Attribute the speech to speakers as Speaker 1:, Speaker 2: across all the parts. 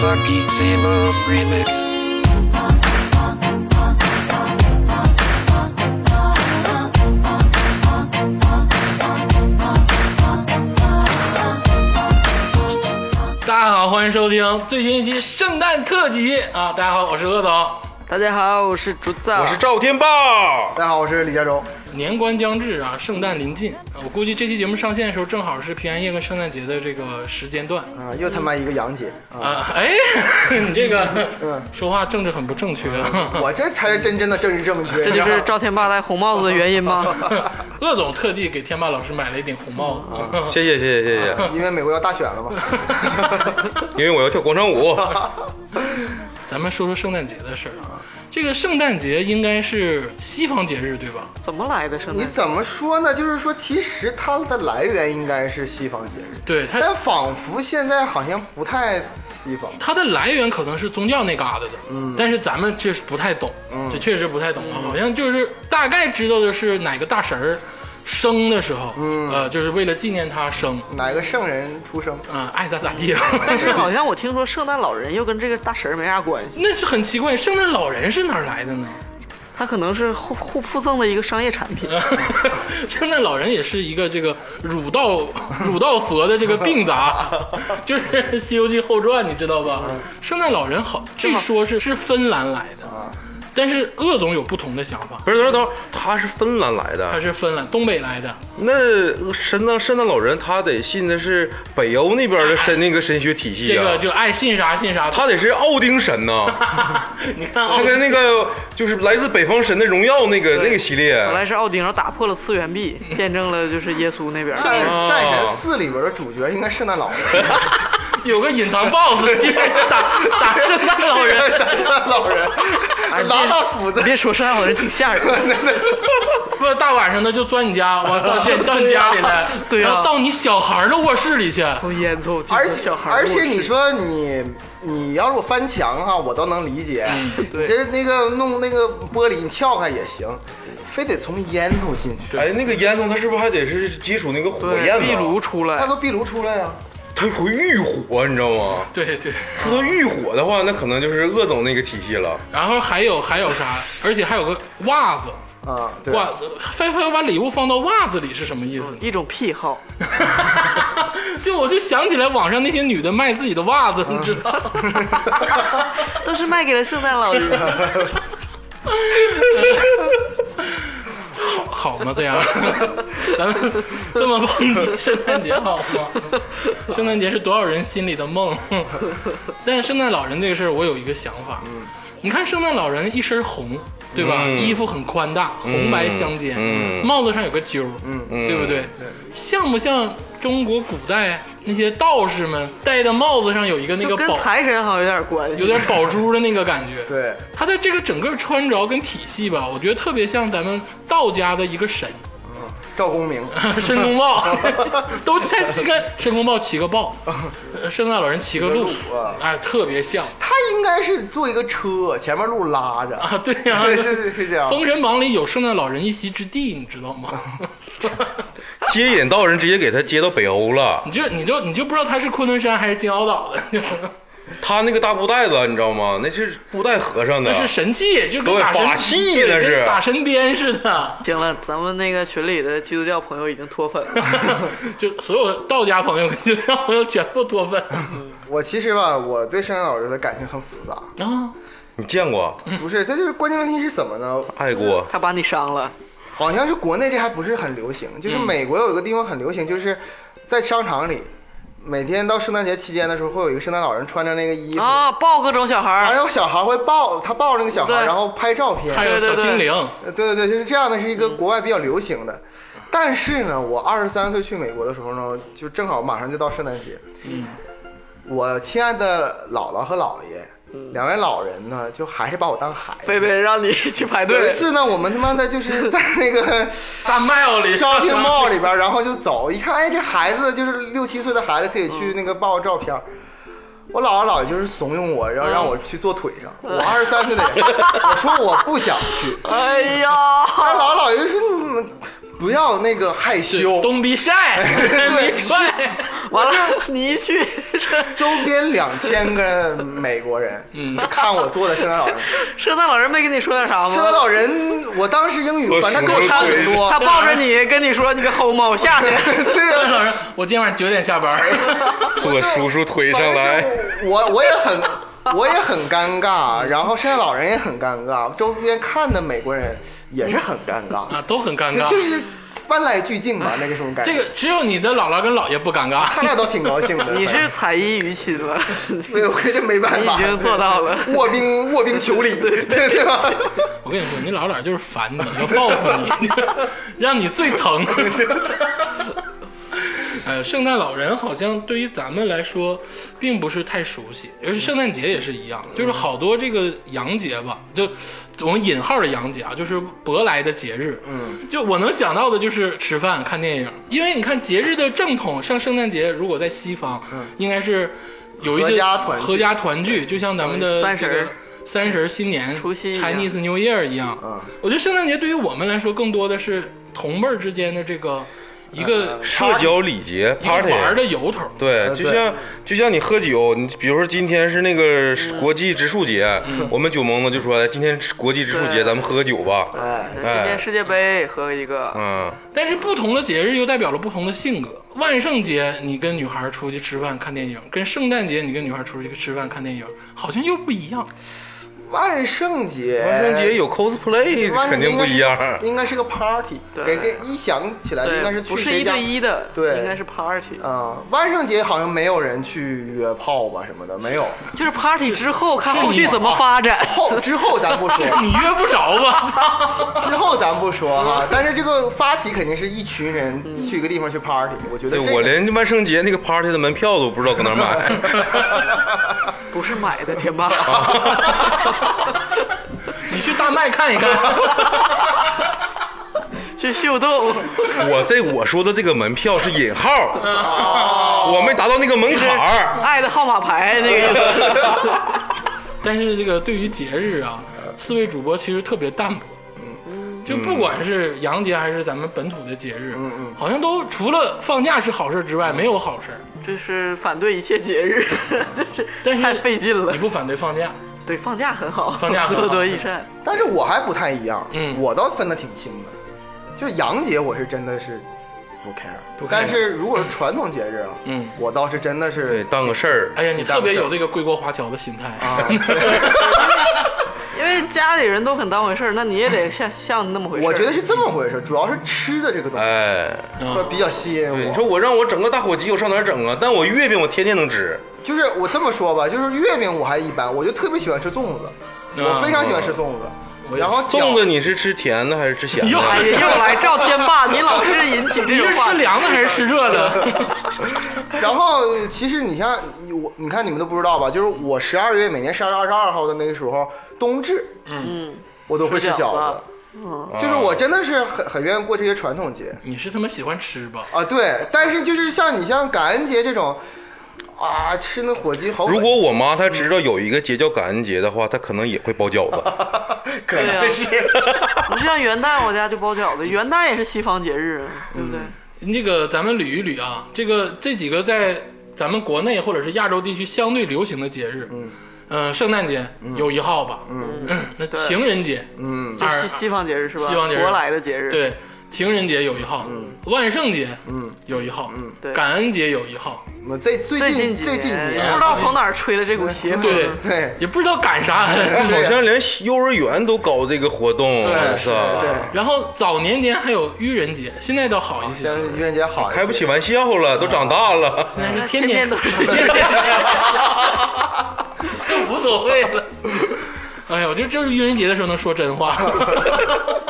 Speaker 1: Funky Zemo Remix.
Speaker 2: Hello，大家好，欢迎收听最新一期圣诞特辑啊！大家好，我是鄂总。
Speaker 3: 大家好，我是竹子，
Speaker 4: 我是赵天霸，
Speaker 5: 大家好，我是李佳洲。
Speaker 2: 年关将至啊，圣诞临近，啊我估计这期节目上线的时候正好是平安夜跟圣诞节的这个时间段
Speaker 5: 啊，又他妈一个洋节啊！
Speaker 2: 啊。哎， 你这个
Speaker 5: 嗯
Speaker 2: 说话政治很不正确 啊。
Speaker 5: 我这才是真正的政治正确。
Speaker 3: 这
Speaker 5: 你
Speaker 3: 就
Speaker 5: 知道
Speaker 3: 是
Speaker 5: 吗
Speaker 3: 赵天霸戴红帽子的原因吗？
Speaker 2: 鄂总特地给天霸老师买了一顶红帽子。
Speaker 4: 谢谢谢谢谢谢，
Speaker 5: 因为美国要大选了嘛。
Speaker 4: 因为我要跳广场舞，
Speaker 2: 咱们说说圣诞节的事儿啊，这个圣诞节应该是西方节日对吧？
Speaker 3: 怎么来的圣
Speaker 5: 你
Speaker 3: 诞？
Speaker 5: 怎么说呢？就是说，其实它的来源应该是西方节日，
Speaker 2: 对它
Speaker 5: 但仿佛现在好像不太西方。
Speaker 2: 它的来源可能是宗教那旮瘩的，嗯，但是咱们确实不太懂，这确实不太懂啊，好像就是大概知道的是哪个大神儿生的时候，嗯，呃，就是为了纪念他生，
Speaker 5: 哪个圣人出生？
Speaker 2: 嗯、爱咋咋地吧。
Speaker 3: 但是好像我听说圣诞老人又跟这个大神儿没啥关系，
Speaker 2: 那是很奇怪，圣诞老人是哪儿来的呢？
Speaker 3: 他可能是后后附赠的一个商业产品。
Speaker 2: 圣诞老人也是一个这个儒道 儒道佛的这个病 杂，就是《西游记后传》，你知道吧？圣诞老人好，据说嗯是啊是芬兰来的，但是鄂总有不同的想法，
Speaker 4: 不是等会儿等会儿，他是芬兰来
Speaker 2: 他
Speaker 4: 的，
Speaker 2: 是芬兰东北来的。
Speaker 4: 那神诞圣诞老人他得信的是北欧那边的神那个神学体系
Speaker 2: 这个
Speaker 4: 啊，
Speaker 2: 就爱信啥信啥。
Speaker 4: 他得是奥丁神呐，
Speaker 2: 你看啊
Speaker 4: 他，跟那个就是来自北方神的荣耀那个那个系列，
Speaker 3: 本来是奥丁，然后打破了次元壁，见证了就是耶稣那边儿。
Speaker 5: 战
Speaker 4: 哦
Speaker 5: 战神四里边的主角应该圣诞老人，
Speaker 2: 有个隐藏 boss，竟然打打圣诞老 人，
Speaker 5: 圣诞老人拿大斧子
Speaker 3: 你别说圣诞老人挺吓人的，
Speaker 2: 不大晚上的就钻你家，我到这到你家里来，
Speaker 4: 啊
Speaker 3: 对呀
Speaker 2: 然后到你小孩儿的卧室里去。
Speaker 3: 抽烟抽，
Speaker 5: 而且
Speaker 3: 小孩儿
Speaker 5: 而且你说你你要是翻墙哈、我倒能理解。
Speaker 3: 嗯
Speaker 5: 你这那个弄那个玻璃，你撬开也行，非得从烟头进去。
Speaker 4: 哎，那个烟囱他是不是还得是接触那个火焰
Speaker 3: 对
Speaker 4: 呢？
Speaker 3: 壁炉，出
Speaker 5: 它
Speaker 3: 来，
Speaker 5: 都壁炉出来呀、
Speaker 4: 他会浴火，你知道吗？
Speaker 2: 对对，
Speaker 4: 说到浴火的话，那可能就是鄂总那个体系了。
Speaker 2: 然后还有还有啥？而且还有个袜子，
Speaker 5: 啊！对，
Speaker 2: 袜子，非非要把礼物放到袜子里是什么意思？
Speaker 3: 一种癖好。
Speaker 2: 就我就想起来网上那些女的卖自己的袜子，你知道吗？
Speaker 3: 都是卖给了圣诞老人。
Speaker 2: 好吗？这样， 咱们这么抨击圣诞节好吗？圣诞节是多少人心里的梦。 但是圣诞老人这个事儿，我有一个想法。你看圣诞老人一身红，对吧？
Speaker 4: 嗯
Speaker 2: 衣服很宽大，红白相间，
Speaker 4: 嗯
Speaker 2: 帽子上有个揪儿，
Speaker 4: 嗯
Speaker 2: 对不对？像不像中国古代那些道士们戴的帽子上有一个那
Speaker 3: 就
Speaker 2: 个
Speaker 3: 跟
Speaker 2: 宝，
Speaker 3: 财神好像有点关系。
Speaker 2: 有点宝珠的那个感觉？
Speaker 5: 对，
Speaker 2: 他的这个整个穿着跟体系吧，我觉得特别像咱们道家的一个神，
Speaker 5: 赵公 明，
Speaker 2: 申公豹，都在这个申公豹骑个豹，呃圣诞老人骑个鹿
Speaker 5: 啊骑个鹿啊，
Speaker 2: 哎，特别像
Speaker 5: 他应该是坐一个车，前面路拉着。
Speaker 2: 啊，对呀、
Speaker 5: 对，是是这样。
Speaker 2: 封神榜》里有圣诞老人一席之地，你知道吗？
Speaker 4: 接引道人直接给他接到北欧了
Speaker 2: 你，就你就你就不知道他是昆仑山还是金鳌岛的，
Speaker 4: 他那个大布袋子你知道吗？那是布袋和尚的
Speaker 2: 那，是神器，就跟
Speaker 4: 对
Speaker 2: 打神
Speaker 4: 法器
Speaker 2: 对
Speaker 4: 那啊是
Speaker 2: 跟打神鞭似的。
Speaker 3: 行了，咱们那个群里的基督教朋友已经脱粉了。
Speaker 2: 就所有道家朋友、就让朋友全部脱粉
Speaker 4: 啊
Speaker 5: 我其实吧，我对圣诞老人的感情很复杂，
Speaker 2: 啊！
Speaker 4: 你见过？
Speaker 3: 嗯
Speaker 5: 不是，这就是关键问题是什么呢？
Speaker 4: 爱过？
Speaker 3: 他把你伤了，
Speaker 5: 好像是国内这还不是很流行，
Speaker 2: 嗯
Speaker 5: 就是美国有一个地方很流行，就是在商场里，每天到圣诞节期间的时候，会有一个圣诞老人穿着那个衣服，
Speaker 2: 哦
Speaker 3: 啊，抱各种小孩
Speaker 5: 还
Speaker 3: 儿，
Speaker 5: 有小孩会抱他抱着那个小孩，
Speaker 3: 对
Speaker 5: 然后拍照片。
Speaker 2: 还有小精灵，
Speaker 5: 呃对对对，就是这样的，是一个国外比较流行的。
Speaker 2: 嗯
Speaker 5: 但是呢，我二十三岁去美国的时候呢，就正好马上就到圣诞节。
Speaker 2: 嗯，
Speaker 5: 我亲爱的姥姥和姥爷，
Speaker 2: 嗯
Speaker 5: 两位老人呢，就还是把我当孩子。
Speaker 3: 贝贝让你去排
Speaker 5: 有一
Speaker 3: 队。
Speaker 5: 次呢，我们他妈的就是 在那个
Speaker 2: 大庙 里
Speaker 5: shopping mall 里边儿，然后就走，一看，哎，这孩子就是六七岁的孩子，可以去
Speaker 2: 嗯
Speaker 5: 那个抱照片儿。我姥姥姥爷就是怂恿我，要让
Speaker 2: 嗯
Speaker 5: 我去坐腿上。我二十三岁的人，我说我不想 去，
Speaker 3: 哎呀，
Speaker 5: 他姥姥姥爷就说你们不要那个害羞
Speaker 2: 对，，东逼晒，
Speaker 5: 对
Speaker 2: 你帅，
Speaker 3: 完了，你一去这
Speaker 5: 周边两千个美国人，
Speaker 2: 嗯
Speaker 5: 看我做的圣诞老 人，
Speaker 3: 圣诞老人没跟你说点啥吗？
Speaker 5: 圣诞老人，我当时英语反正跟我差很多
Speaker 3: 他，抱着你跟你说你个 homo 下去，
Speaker 5: 对
Speaker 2: 圣诞
Speaker 5: 啊呀、
Speaker 2: 老人，我今晚九点下班 儿。
Speaker 4: 做个叔叔推上
Speaker 5: 反
Speaker 4: 来，
Speaker 5: 正是我我也很。 我也很尴尬，然后圣诞老人也很尴尬，周边看的美国人也是很尴尬，
Speaker 2: 啊，都很尴
Speaker 5: 就
Speaker 2: 尬。
Speaker 5: 就是翻来俱进吧，那个什么感觉。
Speaker 2: 这个只有你的姥姥跟姥爷不尴尬。
Speaker 5: 他俩都挺高兴的。
Speaker 3: 你 是采衣娱亲 了，
Speaker 5: 没有，我这没办
Speaker 3: 你
Speaker 5: 法，
Speaker 3: 已经做到了。
Speaker 5: 卧冰卧冰求鲤，对对吧？
Speaker 2: 我跟你说，你老姥就是烦你，要报复你，让你最疼。呃，圣诞老人好像对于咱们来说，并不是太熟悉，尤其圣诞节也是一样，就是好多这个洋节吧，就我们引号的洋节啊，就是舶来的节日。嗯，就我能想到的就是吃饭、看电影，因为你看节日的正统，像圣诞节，如果在西方，
Speaker 3: 嗯
Speaker 2: 应该是有一些
Speaker 5: 合家团聚
Speaker 2: 合家团聚，就像咱们的
Speaker 3: 三
Speaker 2: 这
Speaker 3: 十
Speaker 2: 个
Speaker 3: 儿
Speaker 2: 三十儿新年、
Speaker 3: 除夕一样
Speaker 2: Chinese New Year 一样。
Speaker 5: 嗯
Speaker 2: 我觉得圣诞节对于我们来说，更多的是同辈儿之间的这个一个、
Speaker 4: 社交礼节
Speaker 2: 一个
Speaker 4: party
Speaker 2: 玩儿的由头。
Speaker 4: 对，
Speaker 5: 呃
Speaker 4: 就
Speaker 5: 对
Speaker 4: 像就像你喝酒，你比如说今天是那个国际植树节，我们酒蒙子就说哎今天是国际植树节，
Speaker 3: 对
Speaker 4: 咱们喝酒吧。
Speaker 5: 哎，
Speaker 3: 今天世界杯喝一个，
Speaker 4: 嗯，
Speaker 2: 但是不同的节日又代表了不同的性格。万圣节你跟女孩儿出去吃饭看电影，跟圣诞节你跟女孩儿出去吃饭看电影，好像又不一样。
Speaker 5: 万圣节，
Speaker 4: 万圣节有 cosplay
Speaker 5: 哎万
Speaker 4: 肯
Speaker 5: 圣节
Speaker 4: 定
Speaker 5: 应
Speaker 4: 不
Speaker 5: 该是
Speaker 4: 一 样。
Speaker 5: 应该是个 party，
Speaker 3: 对
Speaker 5: 给给一想起来哎应该
Speaker 3: 对，
Speaker 5: 是
Speaker 3: 不
Speaker 5: 去
Speaker 3: 是
Speaker 5: 谁
Speaker 3: 一
Speaker 5: 家
Speaker 3: 对。一的，
Speaker 5: 对
Speaker 3: 应该是 party，
Speaker 5: 嗯，万圣节好像没有人去约炮吧什么的，没有。
Speaker 3: 就是 party 之后看后续怎么发展。
Speaker 5: 后之后 咱不说，
Speaker 2: 你约不着吧？
Speaker 5: 之后咱不说
Speaker 2: 嗯
Speaker 5: 哈。但是这个发起肯定是一群人去一个地方去 party，我觉得
Speaker 4: 对
Speaker 5: 这个
Speaker 4: 我连万圣节那个 party 的门票都不知道搁哪儿买，
Speaker 3: 不是买的，天霸。
Speaker 5: 啊
Speaker 2: 你去大麦看一看。
Speaker 3: 去秀逗，
Speaker 4: 我这我说的这个门票是引号，我没达到那个门槛儿。
Speaker 3: 爱的号码牌那个意 思。
Speaker 2: 但是这个对于节日啊，四位主播其实特别淡薄。就不管是洋节还是咱们本土的节日，嗯嗯，好像都除了放假是好事之外，没有好事。
Speaker 3: 就是反对一切节日， 就是
Speaker 2: 但是
Speaker 3: 太费劲了
Speaker 2: 你。不反对放假？
Speaker 3: 对，放假很好，
Speaker 2: 放假很好
Speaker 3: 多多益善。
Speaker 5: 但是我还不太一样，
Speaker 2: 嗯
Speaker 5: 我倒分得挺清的，就是洋节我是真的是不 care，,
Speaker 2: 不 care
Speaker 5: 但是如果是传统节日啊，
Speaker 2: 嗯
Speaker 5: 我倒是真的
Speaker 4: 对，
Speaker 5: 是
Speaker 4: 当个事儿。
Speaker 2: 哎呀，你特别有这个归国华侨的心态啊！
Speaker 5: 啊，
Speaker 3: 因为家里人都很当回事儿，那你也 得像像那么回事儿。
Speaker 5: 我觉得是这么回事，主要是吃的这个东西
Speaker 4: 哎，
Speaker 2: 啊
Speaker 5: 会比较吸引我。
Speaker 4: 对，你说我让我整个大火鸡，我上哪儿整啊？但我月饼我天天能吃。
Speaker 5: 就是我这么说吧，就是月饼我还一般，我就特别喜欢吃粽子，我非常喜欢吃粽
Speaker 2: 啊我
Speaker 5: 子。
Speaker 2: 也
Speaker 5: 然后
Speaker 4: 粽
Speaker 5: 饺
Speaker 4: 子你是吃甜的还是吃咸
Speaker 2: 哟
Speaker 4: 的？
Speaker 3: 哎呀，又来赵天霸，你老是引起
Speaker 2: 你
Speaker 3: 这
Speaker 2: 是
Speaker 3: 种话
Speaker 2: 吃
Speaker 3: 题。
Speaker 2: 凉的还是吃热 的？
Speaker 5: 然后其实你像我，你看你们都不知道吧？就是我十二月每年十二月二十二号的那个时候，冬至
Speaker 3: 嗯，
Speaker 5: 我都会吃
Speaker 3: 吃饺
Speaker 5: 饺
Speaker 3: 子
Speaker 5: 子。就是我真的是很很愿意过这些传统节
Speaker 2: 你是他妈喜欢吃吧？
Speaker 5: 啊，对。但是就是像你像感恩节这种，啊，吃那火鸡好恶心。
Speaker 4: 如果我妈她知道有一个节叫感恩节的话，她可能也会包饺子。
Speaker 5: 可
Speaker 3: 对呀、
Speaker 5: 能是
Speaker 3: 啊。 你像元旦，我家就包饺子，元旦也是西方节日，啊对不对？
Speaker 2: 嗯那个咱们捋一捋啊，这个这几个在咱们国内或者是亚洲地区相对流行的节日，嗯，呃，圣诞节有一号吧，嗯，那情人节，
Speaker 5: 嗯，
Speaker 3: 就
Speaker 2: 二
Speaker 3: 西西方节日是吧？
Speaker 2: 西方节日
Speaker 3: 舶来的节日。
Speaker 2: 对，情人节有一号，万圣节，嗯，有一号，
Speaker 3: 对
Speaker 2: 感恩节有一号，
Speaker 5: 我最最
Speaker 3: 最
Speaker 5: 近
Speaker 3: 近几
Speaker 5: 最近几
Speaker 3: 不
Speaker 5: 年嗯
Speaker 3: 知，道从哪儿吹的这股邪风。
Speaker 2: 对
Speaker 5: 对
Speaker 2: 也不知道赶啥 恩。
Speaker 4: 哎，好像连幼儿园都搞这个活动，
Speaker 5: 对
Speaker 4: 我操！
Speaker 5: 对，
Speaker 2: 然后早年间还有愚人节，现在倒好一些，
Speaker 5: 像愚人节好一些，
Speaker 4: 开不起玩笑了，都长大了。
Speaker 2: 现在是
Speaker 3: 啊天
Speaker 2: 天
Speaker 3: 天都是
Speaker 2: 天天 就无所谓了。哎呦，就就是愚人节的时候能说真话。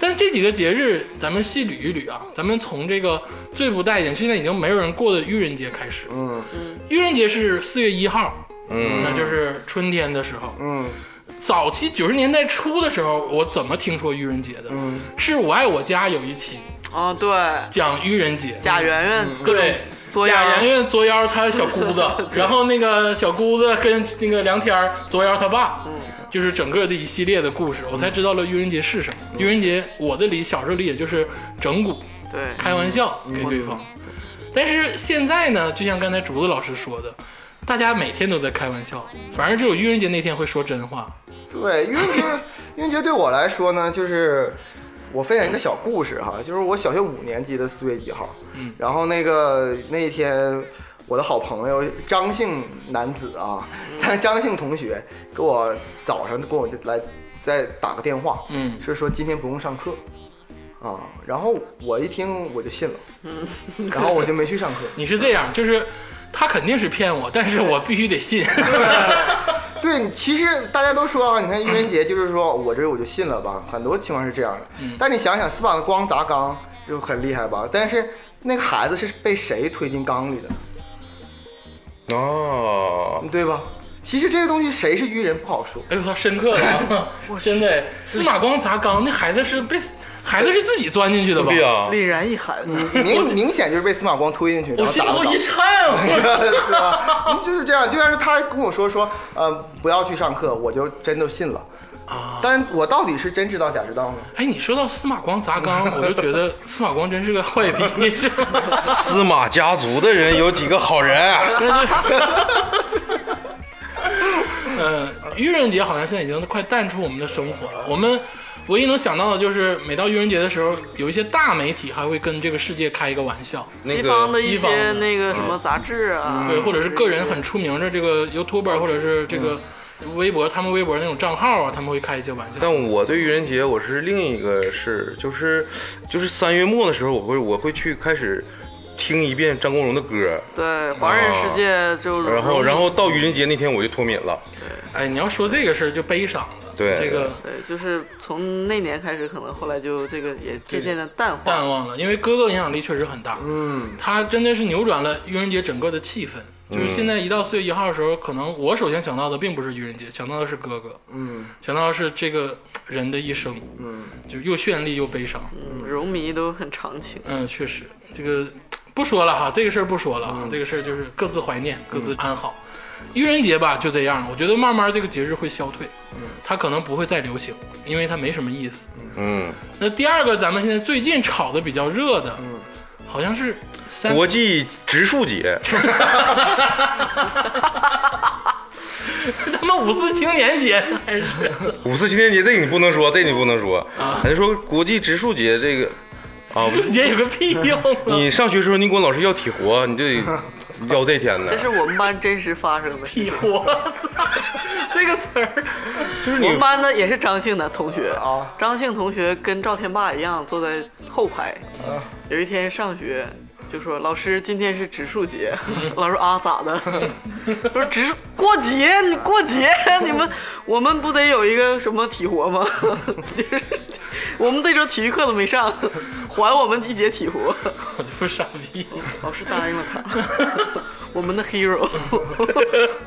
Speaker 2: 但这几个节日，咱们细捋一捋啊，咱们从这个最不待见，现在已经没有人过的愚人节开始。
Speaker 5: 嗯
Speaker 2: 愚人节是四月一号，
Speaker 4: 嗯，
Speaker 2: 那就是春天的时候。
Speaker 5: 嗯
Speaker 2: 早期九十年代初的时候，我怎么听说愚人节的？
Speaker 5: 嗯
Speaker 2: 是我爱我家有一期
Speaker 3: 啊，对，
Speaker 2: 讲愚人节，
Speaker 3: 贾圆圆各种
Speaker 2: 嗯对，
Speaker 3: 作
Speaker 2: 贾
Speaker 3: 妖
Speaker 2: 圆圆作妖他小姑 子，然后那个小姑子跟那个梁天儿作妖他爸，
Speaker 3: 嗯
Speaker 2: 就是整个的一系列的故事，我才知道了愚人节是什么。愚人节我的理小时候理解就是整蛊、
Speaker 3: 对，
Speaker 2: 开玩笑给对方。但是现在呢，就像刚才竹子老师说的，大家每天都在开玩笑，反而只有愚人节那天会说真话。
Speaker 5: 对，愚人节，愚人节对我来说呢，就是我分享一个小故事哈，就是我小学五年级的四月一号，
Speaker 2: 嗯
Speaker 5: 然后那个那一天，我的好朋友张姓男子啊，
Speaker 2: 嗯
Speaker 5: 他张姓同学给我早上给我来再打个电话，
Speaker 2: 嗯
Speaker 5: 是说今天不用上课。啊，然后我一听我就信了，
Speaker 2: 嗯
Speaker 5: 然后我就没去上课。
Speaker 2: 你是这样，就是他肯定是骗我，但是我必须得信。
Speaker 5: 对，其实大家都说啊，你看愚人节就是说我这我就信了吧，很多情况是这样的。
Speaker 2: 嗯
Speaker 5: 但你想想，斯把的光砸缸就很厉害吧？但是那个孩子是被谁推进缸里的，
Speaker 4: 哦，
Speaker 5: 对吧？其实这个东西谁是愚人不好说。
Speaker 2: 哎呦，他深刻了啊，真的。司马光砸缸，那孩子是被孩子是自己钻进去的吧？
Speaker 4: 对呀，
Speaker 3: 凛然一寒。
Speaker 5: 嗯明明显就是被司马光推进去，
Speaker 2: 我
Speaker 5: 然后
Speaker 2: 心
Speaker 5: 砸了
Speaker 2: 头
Speaker 5: 缸
Speaker 2: 一。颤，啊我
Speaker 5: 对吧？就是这样，就像是他跟我说说，呃，不要去上课，我就真都信了。
Speaker 2: 啊！
Speaker 5: 但我到底是真知道假知道呢？
Speaker 2: 哎，你说到司马光砸缸，我就觉得司马光真是个坏逼，是吧？
Speaker 4: 司马家族的人有几个好人？啊
Speaker 2: 呃，愚人节好像现在已经快淡出我们的生活了。我们唯一能想到的就是，每到愚人节的时候，有一些大媒体还会跟这个世界开一个玩笑，
Speaker 4: 那
Speaker 3: 西方
Speaker 4: 个
Speaker 3: 的一
Speaker 2: 西方
Speaker 3: 些
Speaker 2: 的嗯
Speaker 3: 那个什么杂志啊，
Speaker 5: 嗯
Speaker 2: 对，或者是个人很出名的这个 YouTuber 或者是这个
Speaker 5: 嗯
Speaker 2: 微博，他们微博那种账号啊，他们会开一些玩笑。
Speaker 4: 但我对愚人节我是另一个事，就是就是三月末的时候，我会我会去开始听一遍张国荣的歌，
Speaker 3: 对华人世
Speaker 2: 哦
Speaker 3: 界就嗯
Speaker 4: 然后然后到愚人节那天我就脱敏了。
Speaker 2: 哎，你要说这个事儿就悲伤了，
Speaker 4: 对
Speaker 2: 这个
Speaker 3: 对，就是从那年开始，可能后来就这个也渐渐的淡化。
Speaker 2: 淡忘了，因为哥哥影响力确实很大，
Speaker 5: 嗯，
Speaker 2: 他真的是扭转了愚人节整个的气氛。就是现在一到四月一号的时候，可能我首先想到的并不是愚人节，想到的是哥哥，
Speaker 5: 嗯
Speaker 2: 想到的是这个人的一生，
Speaker 5: 嗯，
Speaker 2: 就又绚丽又悲伤。
Speaker 3: 嗯，荣迷都很长情。
Speaker 2: 嗯，确实，这个不说了哈，这个事儿不说了
Speaker 4: 嗯
Speaker 2: 啊，这个事儿就是各自怀念，各自安好。愚人节吧，就这样，我觉得慢慢这个节日会消退，它可能不会再流行，因为它没什么意思。
Speaker 4: 嗯，嗯
Speaker 2: 那第二个，咱们现在最近炒的比较热的，好像是三
Speaker 4: 国际植树节，
Speaker 2: 他妈五四 青年节还是
Speaker 4: 五四青年节，这你不能说，这你不能说。咱就说国际植树节这个啊，
Speaker 2: 愚人节有个屁用啊！
Speaker 4: 你上学时候你管老师要体活，你就得要这天呢
Speaker 3: 这。是我们班真实发生的事。
Speaker 2: 屁活， 这个词儿，
Speaker 4: 就是
Speaker 3: 我
Speaker 4: 你
Speaker 3: 们班的也是张姓的同学
Speaker 5: 啊，
Speaker 3: 张姓同学跟赵天霸一样坐在后排。有一天上学就说：“老师，今天是植树节。”老师啊，咋的？他说：“植树过节，你过节，你们我们不得有一个什么体活吗？就是我们这周体育课都没上，还我们一节体活。
Speaker 2: 我就是傻逼。”
Speaker 3: 老师答应了他，我们的 hero。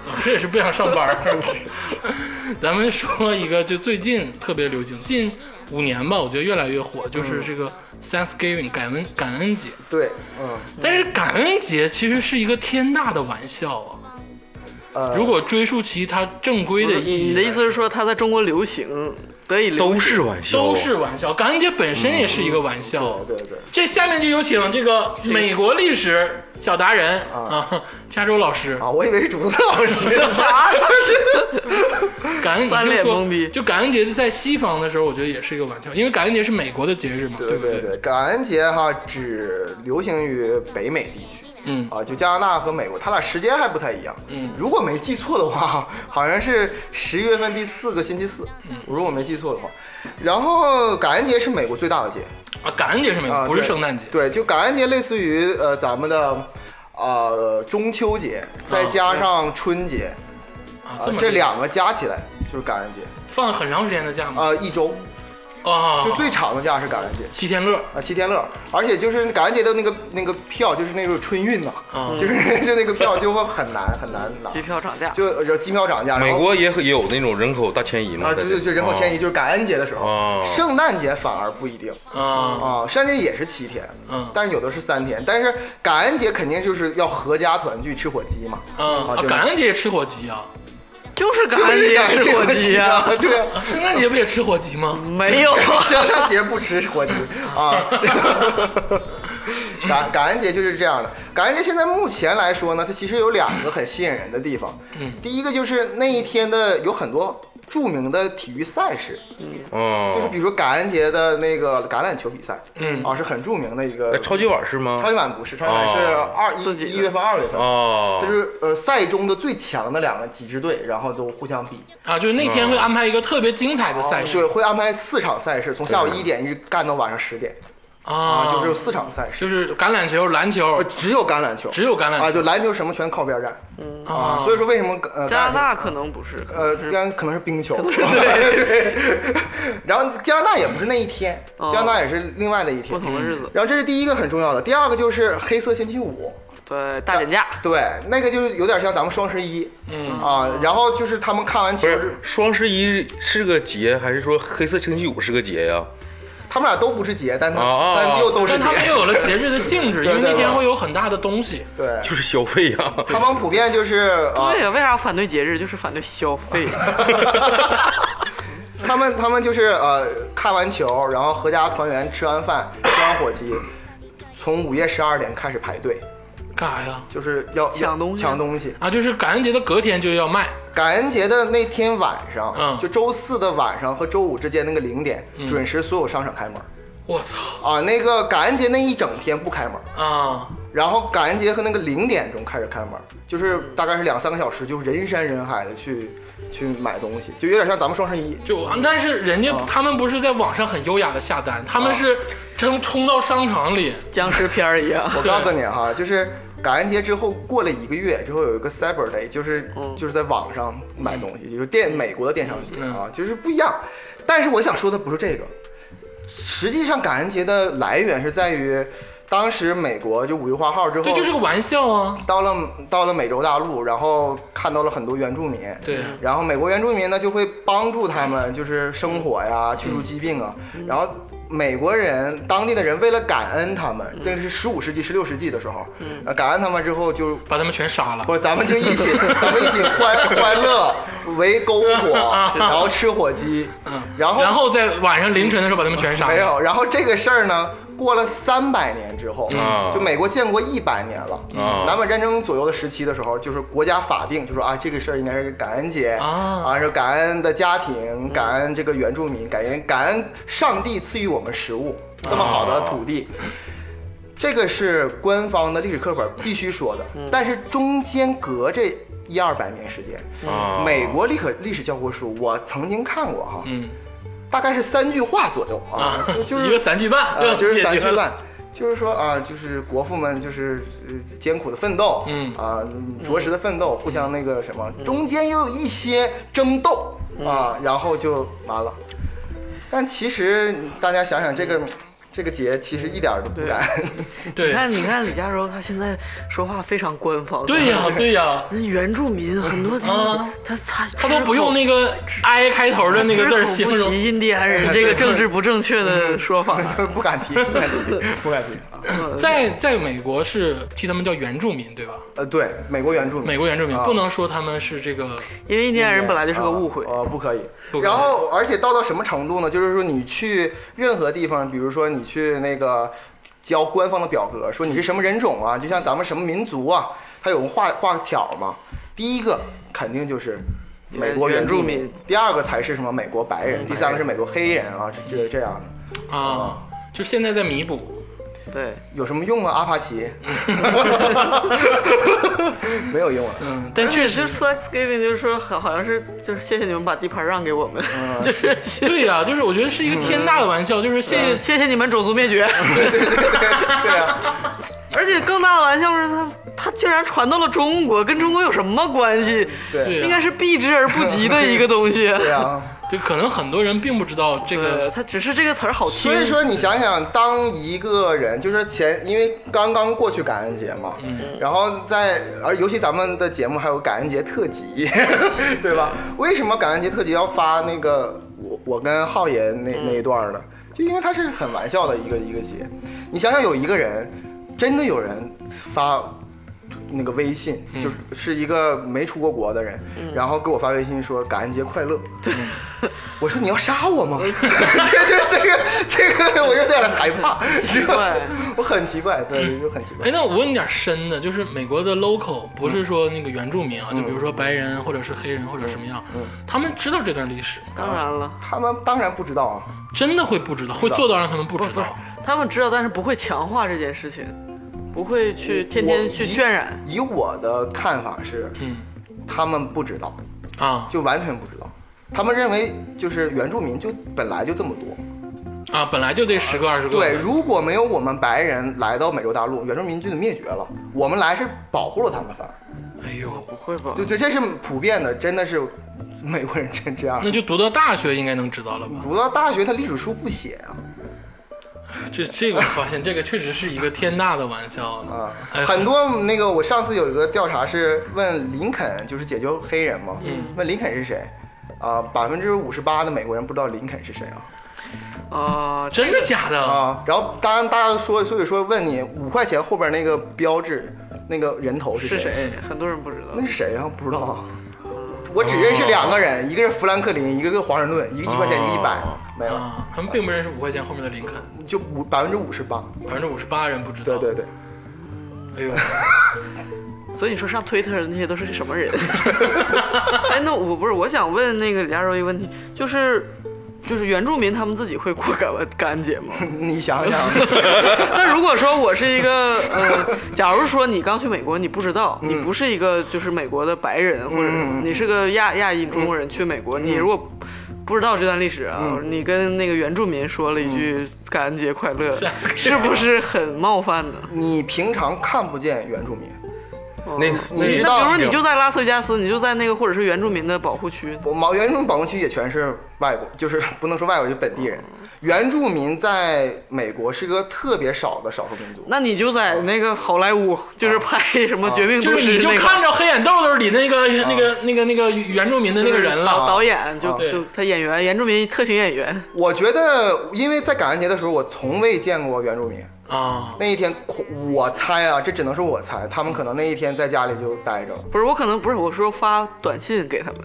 Speaker 2: 老师也是不想上班儿。 咱们说一个，就最近特别流行，近五年吧，我觉得越来越火，
Speaker 3: 嗯
Speaker 2: 就是这个 Thanksgiving 感恩感恩节。
Speaker 5: 对，嗯
Speaker 2: 但是感恩节其实是一个天大的玩笑啊！
Speaker 5: 呃，
Speaker 2: 如果追溯其它正规的意义，
Speaker 3: 你的意思是说它在中国流行，得以流
Speaker 4: 都
Speaker 3: 行
Speaker 4: 是玩笑，
Speaker 2: 都是玩笑，感恩节本身也是一个玩笑。
Speaker 5: 哦
Speaker 3: 嗯
Speaker 5: 对对对，
Speaker 2: 这下面就有请这个美国历史小达人啊， 加州老师。
Speaker 5: 啊，我以为是竹子老 师。
Speaker 3: 啥？
Speaker 2: 感恩，
Speaker 3: 翻
Speaker 2: 你就
Speaker 3: 脸
Speaker 2: 说
Speaker 3: 懵逼
Speaker 2: 就感恩节在西方的时候，我觉得也是一个玩笑，因为感恩节是美国的节日嘛，
Speaker 5: 对
Speaker 2: 不
Speaker 5: 对对，感恩节哈只流行于北美地区。
Speaker 2: 嗯
Speaker 5: 啊，就加拿大和美国，它俩时间还不太一样。
Speaker 2: 嗯
Speaker 5: 如果没记错的话，好像是十月份第四个星期四。嗯，如果我没记错的话，然后感恩节是美国最大的节
Speaker 2: 啊，感恩节是美国，
Speaker 5: 啊，
Speaker 2: 不是
Speaker 5: 对
Speaker 2: 圣诞节。
Speaker 5: 对，就感恩节类似于呃咱们的呃中秋节，再加上春节，
Speaker 2: 啊
Speaker 5: 啊，
Speaker 2: 么
Speaker 5: 这两个加起来就是感恩节。
Speaker 2: 放了很长时间的假吗？
Speaker 5: 呃，一周
Speaker 2: 嗯啊，
Speaker 5: 就最长的假是感恩节。
Speaker 2: 七天乐
Speaker 5: 啊，七天乐，而且就是感恩节的那个那个票，就是那种春运呐、
Speaker 2: 啊
Speaker 5: 就是 就那个票就会很难很难拿，
Speaker 3: 机票涨价，
Speaker 5: 就呃机票涨价。然
Speaker 4: 美
Speaker 5: 后
Speaker 4: 国也也有那种人口大迁移嘛，
Speaker 5: 啊，
Speaker 4: 在
Speaker 5: 对
Speaker 4: 这
Speaker 5: 对，就人口迁移，
Speaker 4: 啊
Speaker 5: 就是感恩节的时
Speaker 4: 哦
Speaker 5: 候，圣诞节反而不一定
Speaker 2: 啊，
Speaker 5: 啊，圣诞节也是七天，
Speaker 2: 嗯
Speaker 5: 但是有的是三天，但是感恩节肯定就是要合家团聚吃火鸡嘛，
Speaker 2: 啊，
Speaker 5: 就
Speaker 2: 感恩节也吃火鸡啊，
Speaker 3: 就是感
Speaker 5: 就
Speaker 3: 恩
Speaker 5: 是
Speaker 3: 节
Speaker 5: 感恩
Speaker 3: 吃火鸡
Speaker 5: 鸡
Speaker 3: 呀
Speaker 5: 啊，，对啊。
Speaker 2: 啊圣诞节不也 吃火鸡吗？
Speaker 3: 没有啊，
Speaker 5: 圣诞节不吃火鸡啊， 感感恩节就是这样的。感恩节现在目前来说呢，它其实有两个很吸引人的地方。
Speaker 2: 嗯
Speaker 5: 第一个就是那一天的有很多著名的体育赛事，
Speaker 4: 哦，
Speaker 5: 就是比如说感恩节的那个橄榄球比赛，
Speaker 2: 嗯
Speaker 5: 啊是很著名的一个
Speaker 4: 哎。超级碗是吗
Speaker 5: 超？级碗不是，超级碗是
Speaker 4: 哦
Speaker 5: 二
Speaker 3: 自己的
Speaker 5: 一一月份、二月份，
Speaker 4: 哦，
Speaker 5: 就是呃赛中的最强的两个几支队，然后都互相比。啊
Speaker 2: 啊，就是那天会安排一个特别精彩的赛
Speaker 5: 对，
Speaker 2: 事
Speaker 5: 会安排四场赛事，从下午一点一直干到晚上十点
Speaker 2: 啊
Speaker 5: 啊，，就是有四场赛事，
Speaker 2: 就是橄榄球、篮球
Speaker 5: 呃，只有橄榄球，
Speaker 2: 只有橄榄
Speaker 5: 啊，
Speaker 2: 球
Speaker 5: 就篮球什么全靠边站
Speaker 2: 啊，
Speaker 5: 所以说为什么呃
Speaker 3: 加拿
Speaker 5: 大
Speaker 3: 大可能不是，
Speaker 5: 呃
Speaker 3: 可能是
Speaker 5: 干可能是冰球， 对，然后加拿大也不是那一天，
Speaker 3: 哦
Speaker 5: 加拿大也是另外的一
Speaker 3: 不
Speaker 5: 天。
Speaker 3: 同的日
Speaker 2: 嗯
Speaker 3: 子，
Speaker 5: 然后这是第一个很重要的，第二个就是黑色星期五，
Speaker 3: 对，大减价，
Speaker 5: 对，那个就是有点像咱们双十一
Speaker 2: 嗯
Speaker 5: 啊。然后就是他们看完
Speaker 4: 不
Speaker 5: 球
Speaker 4: 是，双十一是个节，还是说黑色星期五是个节呀？
Speaker 5: 他们俩都不是节，但他
Speaker 4: 哦哦哦
Speaker 5: 但又都是
Speaker 2: 但他们又
Speaker 5: 节，
Speaker 2: 有了节日的性质，因
Speaker 5: 对
Speaker 2: 为
Speaker 5: 对
Speaker 2: 那天
Speaker 5: 对
Speaker 2: 会有很大的东西。
Speaker 5: 对，
Speaker 4: 就是消费 呀。
Speaker 5: 他们普遍就是啊
Speaker 3: 对呀，为啥反对节日？就是反对消费，
Speaker 5: 他们他们就是呃，看完球，然后合家团圆，吃完饭，吃完火鸡，从午夜十二点开始排队，
Speaker 2: 干啥呀？
Speaker 5: 就是要
Speaker 3: 抢
Speaker 5: 要
Speaker 3: 东西
Speaker 5: 抢东西。
Speaker 2: 啊，就是感恩节的隔天就要卖，
Speaker 5: 感恩节的那天晚上，
Speaker 2: 嗯
Speaker 5: 就周四的晚上和周五之间那个零点，准时所有商场开门。
Speaker 2: 我操
Speaker 5: 啊，那个感恩节那一整天不开门，
Speaker 2: 啊！
Speaker 5: 然后感恩节和那个零点钟开始开门，就是大概是两三个小时，就人山人海的去去买东西，就有点像咱们双十一。
Speaker 2: 就啊但是人
Speaker 5: 哦
Speaker 2: 家他们不是在网上很优雅的下单，他们是真冲到商场里
Speaker 3: 僵尸片儿一样。
Speaker 5: 我告诉你哈，就是感恩节之后过了一个月之后有一个 Cyber Day，就是、
Speaker 3: 嗯
Speaker 5: 就是在网上买东西，就是电美国的电商节、
Speaker 2: 嗯
Speaker 5: 啊，就是不一样。但是我想说的不是这个，实际上感恩节的来源是在于当时美国就五月花号之后，
Speaker 2: 对，就是个玩笑啊。
Speaker 5: 到了到了美洲大陆，然后看到了很多原住民，
Speaker 2: 对，
Speaker 5: 然后美国原住民呢就会帮助他们，就是生火呀、去
Speaker 2: 嗯
Speaker 5: 除疾病啊。然后美国人、当地的人为了感恩他们，
Speaker 2: 嗯
Speaker 5: 这是十五世纪、十六世纪的时候，呃感恩他们之后就。
Speaker 2: 把他们全杀了。
Speaker 5: 不，咱们就 一起，咱们一起欢欢乐，围篝火，然后吃火鸡，
Speaker 2: 嗯，
Speaker 5: 然后
Speaker 2: 然后在晚上凌晨的时候把他们全杀了。
Speaker 5: 没有，然后这个事儿呢，过了三百年之后，
Speaker 2: 嗯
Speaker 4: 啊
Speaker 5: 就美国建国一百年了，
Speaker 4: 啊
Speaker 5: 南北战争左右的时期的时候，就是国家法定就说啊，这个事儿应该是感恩节
Speaker 2: 啊嗯
Speaker 5: 是感恩的家庭，感恩这个原住民，感恩感恩上帝赐予我们食物，这么好的土地。这个是官方的历史课本必须说的，
Speaker 2: 嗯
Speaker 5: 但是中间隔这一二百年时间，
Speaker 2: 嗯哦
Speaker 4: 啊
Speaker 5: 美国历可历史教科书我曾经看过哈，
Speaker 2: 嗯
Speaker 5: 大概是三句话左右啊
Speaker 2: 啊，，
Speaker 5: 就就
Speaker 2: 一个
Speaker 5: 是
Speaker 2: 三句半，
Speaker 5: 呃，就是
Speaker 2: 解
Speaker 5: 三
Speaker 2: 决
Speaker 5: 句
Speaker 2: 了。
Speaker 5: 半，就是说啊，就是国父们就是呃艰苦的奋斗，
Speaker 2: 嗯
Speaker 5: 啊，着实的奋斗，互相那个什么，中间又有一些争斗
Speaker 2: 嗯
Speaker 5: 啊，然后就完了。但其实大家想想这个。这个节其实一点儿都不
Speaker 3: 对
Speaker 5: 敢，
Speaker 2: 对
Speaker 3: 你，
Speaker 5: 嗯
Speaker 3: 看，你看李佳柔，她现在说话非常官方。
Speaker 2: 对 呀，对呀，
Speaker 3: 人家原住民很多地方
Speaker 2: 啊，
Speaker 3: 他他
Speaker 2: 他都不用那个 i 开头的那个字儿形
Speaker 3: 只口 不
Speaker 2: 容。嗯
Speaker 3: 提印第 安人这个政治不正确的说法。
Speaker 5: 不敢 提，不敢提，不敢提 啊。
Speaker 2: 在在美国是替他们叫原住民，对吧？
Speaker 5: 呃，对，美国原住民，
Speaker 2: 美国原住民
Speaker 5: 啊
Speaker 2: 不能说他们是这个
Speaker 3: 因为印第安人本来就是个误会。
Speaker 5: 呃，不可以
Speaker 2: 不。可以
Speaker 5: 然后，而且到到什么程度呢？就是说，你去任何地方，比如说你去那个交官方的表格，说你是什么人种啊，就像咱们什么民族啊，它有个画画条嘛。第一个肯定就是美国
Speaker 3: 原
Speaker 5: 原住
Speaker 3: 原住
Speaker 5: 民
Speaker 3: 民，
Speaker 5: 第二个才是什么美国白人，第三个是美国黑人啊，这这这样的。
Speaker 2: 啊，就现在在弥补。嗯
Speaker 3: 对，
Speaker 5: 有什么用啊？阿帕奇， 没有用啊。
Speaker 2: 嗯，但确
Speaker 3: 确
Speaker 2: 实
Speaker 3: 实 Thanksgiving 就是说，好好像是就是谢谢你们把地盘让给我们， 就是
Speaker 2: 对呀、嗯就是我觉得是一个天大的玩笑，就是谢谢。
Speaker 3: 谢谢你们种族灭 绝。
Speaker 5: 对啊，
Speaker 3: 而且更大的玩笑是他他竟然传到了中国，跟中国有什么关系？
Speaker 5: 对啊
Speaker 2: 对
Speaker 3: 应该是避之而不及的一个东西。
Speaker 5: 对啊。
Speaker 2: 就可能很多人并不知道这
Speaker 3: 对，
Speaker 2: 个，
Speaker 3: 他只是这个词儿好听。
Speaker 5: 所以说，你想想，当一个人就是前，因为刚刚过去感恩节嘛，然后在而尤其咱们的节目还有感恩节特辑， 对吧？为什么感恩节特辑要发那个我我跟浩爷那那一段呢？就因为它是很玩笑的一个一个节。你想想，有一个人真的有人发那个微信，就是是一个没出过国的人，然后给我发微信说感恩节快乐。 我说你要杀我吗？ 这这这个这个我有点害怕，
Speaker 3: 奇怪
Speaker 5: 我很奇怪，对，就很奇怪
Speaker 2: 哎，。那我问你点深的，就是美国的 local，不是说那个原住民啊，就比如说白人或者是黑人或者什么样，他们知道这段历史，
Speaker 3: 当然了，
Speaker 5: 他们当然不知道啊，
Speaker 2: 真的会不知道，会做到让他们不知道。
Speaker 3: 他们知道，但是不会强化这件事情，不会去天天去渲染。
Speaker 5: 以我的看法是，
Speaker 2: 嗯
Speaker 5: 他们不知道，
Speaker 2: 啊
Speaker 5: 就完全不知道。他们认为就是原住民就本来就这么多，
Speaker 2: 啊，本来就这十个二十个，
Speaker 5: 对，如果没有我们白人来到美洲大陆，原住民就得灭绝了。我们来是保护了他们，反而
Speaker 2: 哎呦，
Speaker 3: 不会吧？
Speaker 5: 就就这是普遍的，真的是美国人真这样
Speaker 2: 那。就读到大学应该能知道了吧？
Speaker 5: 读到大学，他历史书不写啊，
Speaker 2: 这这个我发现，这个确实是一个天大的玩笑了
Speaker 5: 啊，
Speaker 2: 哎
Speaker 5: 很多那个我上次有一个调查是问林肯，就是解救黑人嘛，问林肯是谁，啊，百分之五十八的美国人不知道林肯是谁啊，
Speaker 3: 啊，
Speaker 2: 真的假的？
Speaker 5: 啊，然后当然大家说，所以说问你五块钱后边那个标志，那个人头是
Speaker 3: 是
Speaker 5: 谁？
Speaker 3: 谁？很多人不知道
Speaker 5: 那。是谁呀、不知道啊。我只认识两个人，一个是富兰克林，一个是华盛顿，一个一块钱，一个一百
Speaker 4: 哦，
Speaker 5: 没有，
Speaker 2: 啊，他们并不认识五块钱后面的林肯，
Speaker 5: 就五百分之五十八。
Speaker 2: 百分之五十八人不知
Speaker 5: 对
Speaker 2: 道。
Speaker 5: 对对，
Speaker 2: 哎呦，
Speaker 3: 所以你说上推特的那些都是什么 人？哎，那我不是，我想问那个李佳柔一个问题，就是。就是原住民他们自己会过感恩感恩节吗？
Speaker 5: 你想想，
Speaker 3: 那如果说我是一个呃，假如说你刚去美国，你不知道，
Speaker 2: 嗯
Speaker 3: 你不是一个就是美国的白人，或者
Speaker 5: 嗯嗯嗯
Speaker 3: 你是个亚亚裔中国
Speaker 2: 嗯
Speaker 3: 人去美国，你如果不知道这段历史啊，你跟那个原住民说了一句感恩节快乐，
Speaker 2: 嗯吓死人了啊
Speaker 3: 是不是很冒犯呢？
Speaker 5: 你平常看不见原住民，
Speaker 3: 哦
Speaker 4: 那
Speaker 5: 你知
Speaker 3: 那比如
Speaker 5: 道
Speaker 3: 说你就在拉斯维加斯，你就在那个或者是原住民的保护区，
Speaker 5: 我毛原住民保护区也全是外国，就是不能说外国，就本地人。原住民在美国是个特别少的少数民族。
Speaker 3: 那你就在那个好莱坞，就是拍什么《绝命
Speaker 2: 啊
Speaker 3: 毒
Speaker 2: 就是
Speaker 3: 师
Speaker 2: 你》就
Speaker 3: 那个
Speaker 2: 看着黑眼豆豆里那个那个那个那个原住民的那个人
Speaker 3: 导
Speaker 2: 了，
Speaker 3: 导演就
Speaker 2: 对
Speaker 3: 就他演员，原住民特型演员，
Speaker 5: 我觉得，因为在感恩节的时候，我从未见过原住民。
Speaker 2: 啊，
Speaker 5: 那一天，我猜啊，这只能是我猜，他们可能那一天在家里就待着了。
Speaker 3: 不是我可能不是我说发短信给他们，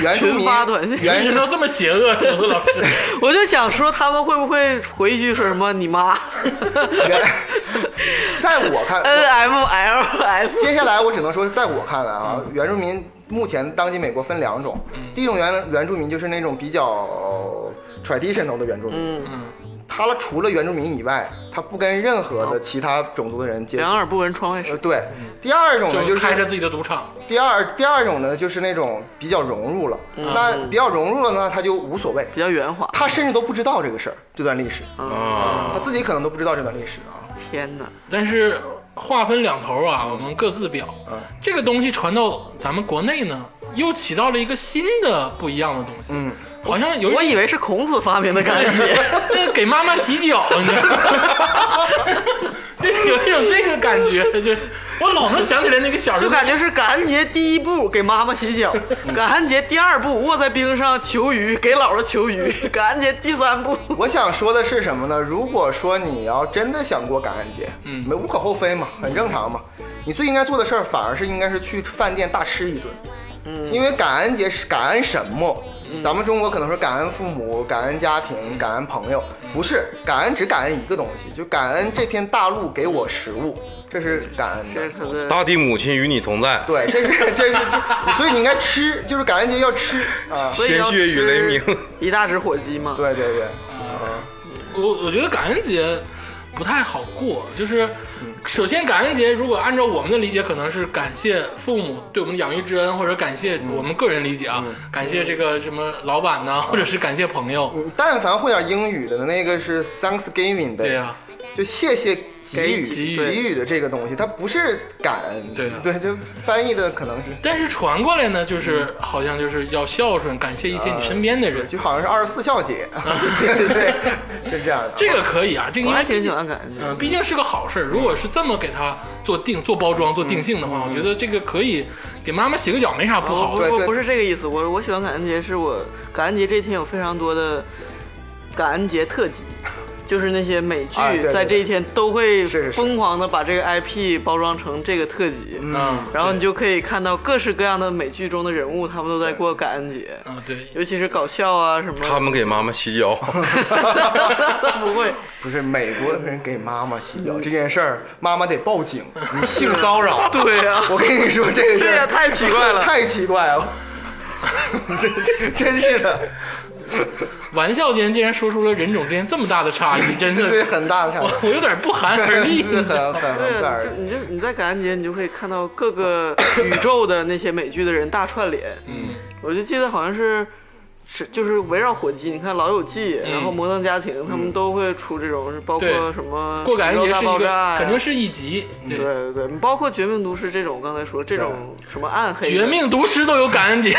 Speaker 5: 原住
Speaker 3: 群
Speaker 5: 民
Speaker 3: 发短信
Speaker 2: 为
Speaker 5: 原
Speaker 2: 什么 要这么邪恶？竹子老师，
Speaker 3: 我就想说他们会不会回一句说什么你妈
Speaker 5: 原，在我看，
Speaker 3: N M L S
Speaker 5: 接下来我只能说，在我看来啊，
Speaker 2: 嗯
Speaker 5: 原住民目前当今美国分两种，第一种原原住民就是那种比较呃 traditional 的原住民，
Speaker 3: 嗯，
Speaker 5: 他除了原住民以外，他不跟任何的其他种族的人接触
Speaker 3: 两。耳不闻窗外
Speaker 5: 呃，
Speaker 3: 事，
Speaker 5: 对，第二种呢
Speaker 2: 嗯就
Speaker 5: 就
Speaker 2: 开着
Speaker 5: 是
Speaker 2: 自己的赌场，
Speaker 5: 第二第二种呢就是那种比较融入了，
Speaker 2: 嗯
Speaker 5: 那比较融入了呢他就无所谓，
Speaker 3: 比较圆滑。
Speaker 5: 他甚至都不知道这个事儿这段历史，
Speaker 4: 啊，
Speaker 5: 他自己可能都不知道这段历史啊。
Speaker 3: 天哪，
Speaker 2: 但是话分两头啊，我们各自表
Speaker 5: 嗯。
Speaker 2: 这个东西传到咱们国内呢，又起到了一个新的不一样的东西，
Speaker 5: 嗯，
Speaker 2: 好像有一
Speaker 3: 我以为是孔子发明的感恩节，
Speaker 2: 这给妈妈洗脚，你知道吗？ 这有一种这个感觉，就我老能想起来那个小时
Speaker 3: 就
Speaker 2: 候
Speaker 3: 感觉是感恩节第一步给妈妈洗脚，
Speaker 4: 嗯
Speaker 3: 感恩节第二步卧在冰上求鱼给姥姥求鱼，感恩节第三步
Speaker 5: 我想说的是什么呢？如果说你要真的想过感恩节，
Speaker 2: 嗯
Speaker 5: 没无可厚非嘛，很正常嘛。你最应该做的事儿，反而是应该是去饭店大吃一顿，嗯，因为感恩节是感恩什么？咱们中国可能说感恩父母、感恩家庭、感恩朋友，不是感恩只感恩一个东西，就感恩这片大陆给我食物，这是感恩
Speaker 3: 这是他
Speaker 5: 的。
Speaker 3: 的
Speaker 4: 大地母亲与你同在，
Speaker 5: 对，这是这是这，所以你应该吃，就是感恩节要吃啊，
Speaker 3: 所以要
Speaker 4: 鲜血与雷
Speaker 3: 吃
Speaker 4: 鸣
Speaker 3: 一大只火鸡嘛。
Speaker 5: 对对对，
Speaker 2: 我我觉得感恩节不太好过，就是首先感恩节如果按照我们的理解，可能是感谢父母对我们的养育之恩，或者感谢
Speaker 5: 嗯
Speaker 2: 我们个人理解啊，感谢这个什么老板呐，或者是感谢朋友，
Speaker 5: 你但凡会点英语的，那个是 Thanksgiving 的，
Speaker 2: 对啊呀、
Speaker 5: 就谢谢给予
Speaker 2: 给予
Speaker 5: 给予的这个东西，它不是感恩，
Speaker 2: 对的
Speaker 5: 对，就翻译的可能是，
Speaker 2: 但是传过来呢，就是好像就是要孝顺，感谢一些你身边的人，
Speaker 5: 嗯呃就好像是二十四孝节，对对，是这样的。
Speaker 2: 这个可以啊，这个
Speaker 3: 我
Speaker 2: 因
Speaker 3: 还
Speaker 2: 为
Speaker 3: 挺喜欢感恩节，
Speaker 2: 嗯，毕竟是个好事儿。如果是这么给他做定、做包装、做定性的话，我觉得这个可以给妈妈洗个脚，没啥不好
Speaker 3: 不
Speaker 2: 的。
Speaker 5: 嗯哦对
Speaker 3: 不
Speaker 5: 对
Speaker 3: 不是这个意思，我我喜欢感恩节，是我感恩节这天有非常多的感恩节特辑，就是那些美剧
Speaker 5: 哎对对
Speaker 3: 在这一天都会
Speaker 5: 是是
Speaker 3: 疯狂的把这个 IP 包装成这个特辑，
Speaker 5: 嗯
Speaker 2: 啊
Speaker 3: 然后你就可以看到各式各样的美剧中的人物，他们都在过感恩节，
Speaker 2: 啊，对，
Speaker 3: 尤其是搞笑啊什么。
Speaker 4: 他们给妈妈洗脚，
Speaker 3: 不会，
Speaker 5: 不是美国人给妈妈洗脚这件事儿，妈妈得报警，你性骚扰。
Speaker 3: 对呀、
Speaker 5: 我跟你说这个事
Speaker 3: 对
Speaker 5: 儿，
Speaker 3: 呀、太奇怪了。
Speaker 5: 太奇怪了， 这真是的，
Speaker 2: 玩笑间竟然说出了人种之间这么大的差 异，真
Speaker 5: 这是
Speaker 2: 的，
Speaker 5: 很大的差
Speaker 2: 我
Speaker 5: 别，
Speaker 2: 我有点不寒而
Speaker 5: 这
Speaker 2: 栗。
Speaker 5: 是很很
Speaker 3: 啊对啊，
Speaker 5: 很感
Speaker 3: 就
Speaker 5: 人。
Speaker 3: 你就你在感恩节，你就会看到各 个宇宙的那些美剧的人大串联。
Speaker 2: 嗯，
Speaker 3: 我就记得好像是是就是围绕火鸡，你看《老友记》，然后《摩登家庭》，他们都会出这种，包括
Speaker 2: 嗯对
Speaker 3: 什么《
Speaker 2: 过感恩节
Speaker 3: 大
Speaker 2: 是一
Speaker 3: 爆炸》
Speaker 2: 个
Speaker 3: 呀，
Speaker 2: 肯定是一集，
Speaker 3: 对对对，包括《绝命毒师》这种，刚才说这种什么暗黑的，
Speaker 2: 绝命毒师都有感恩节，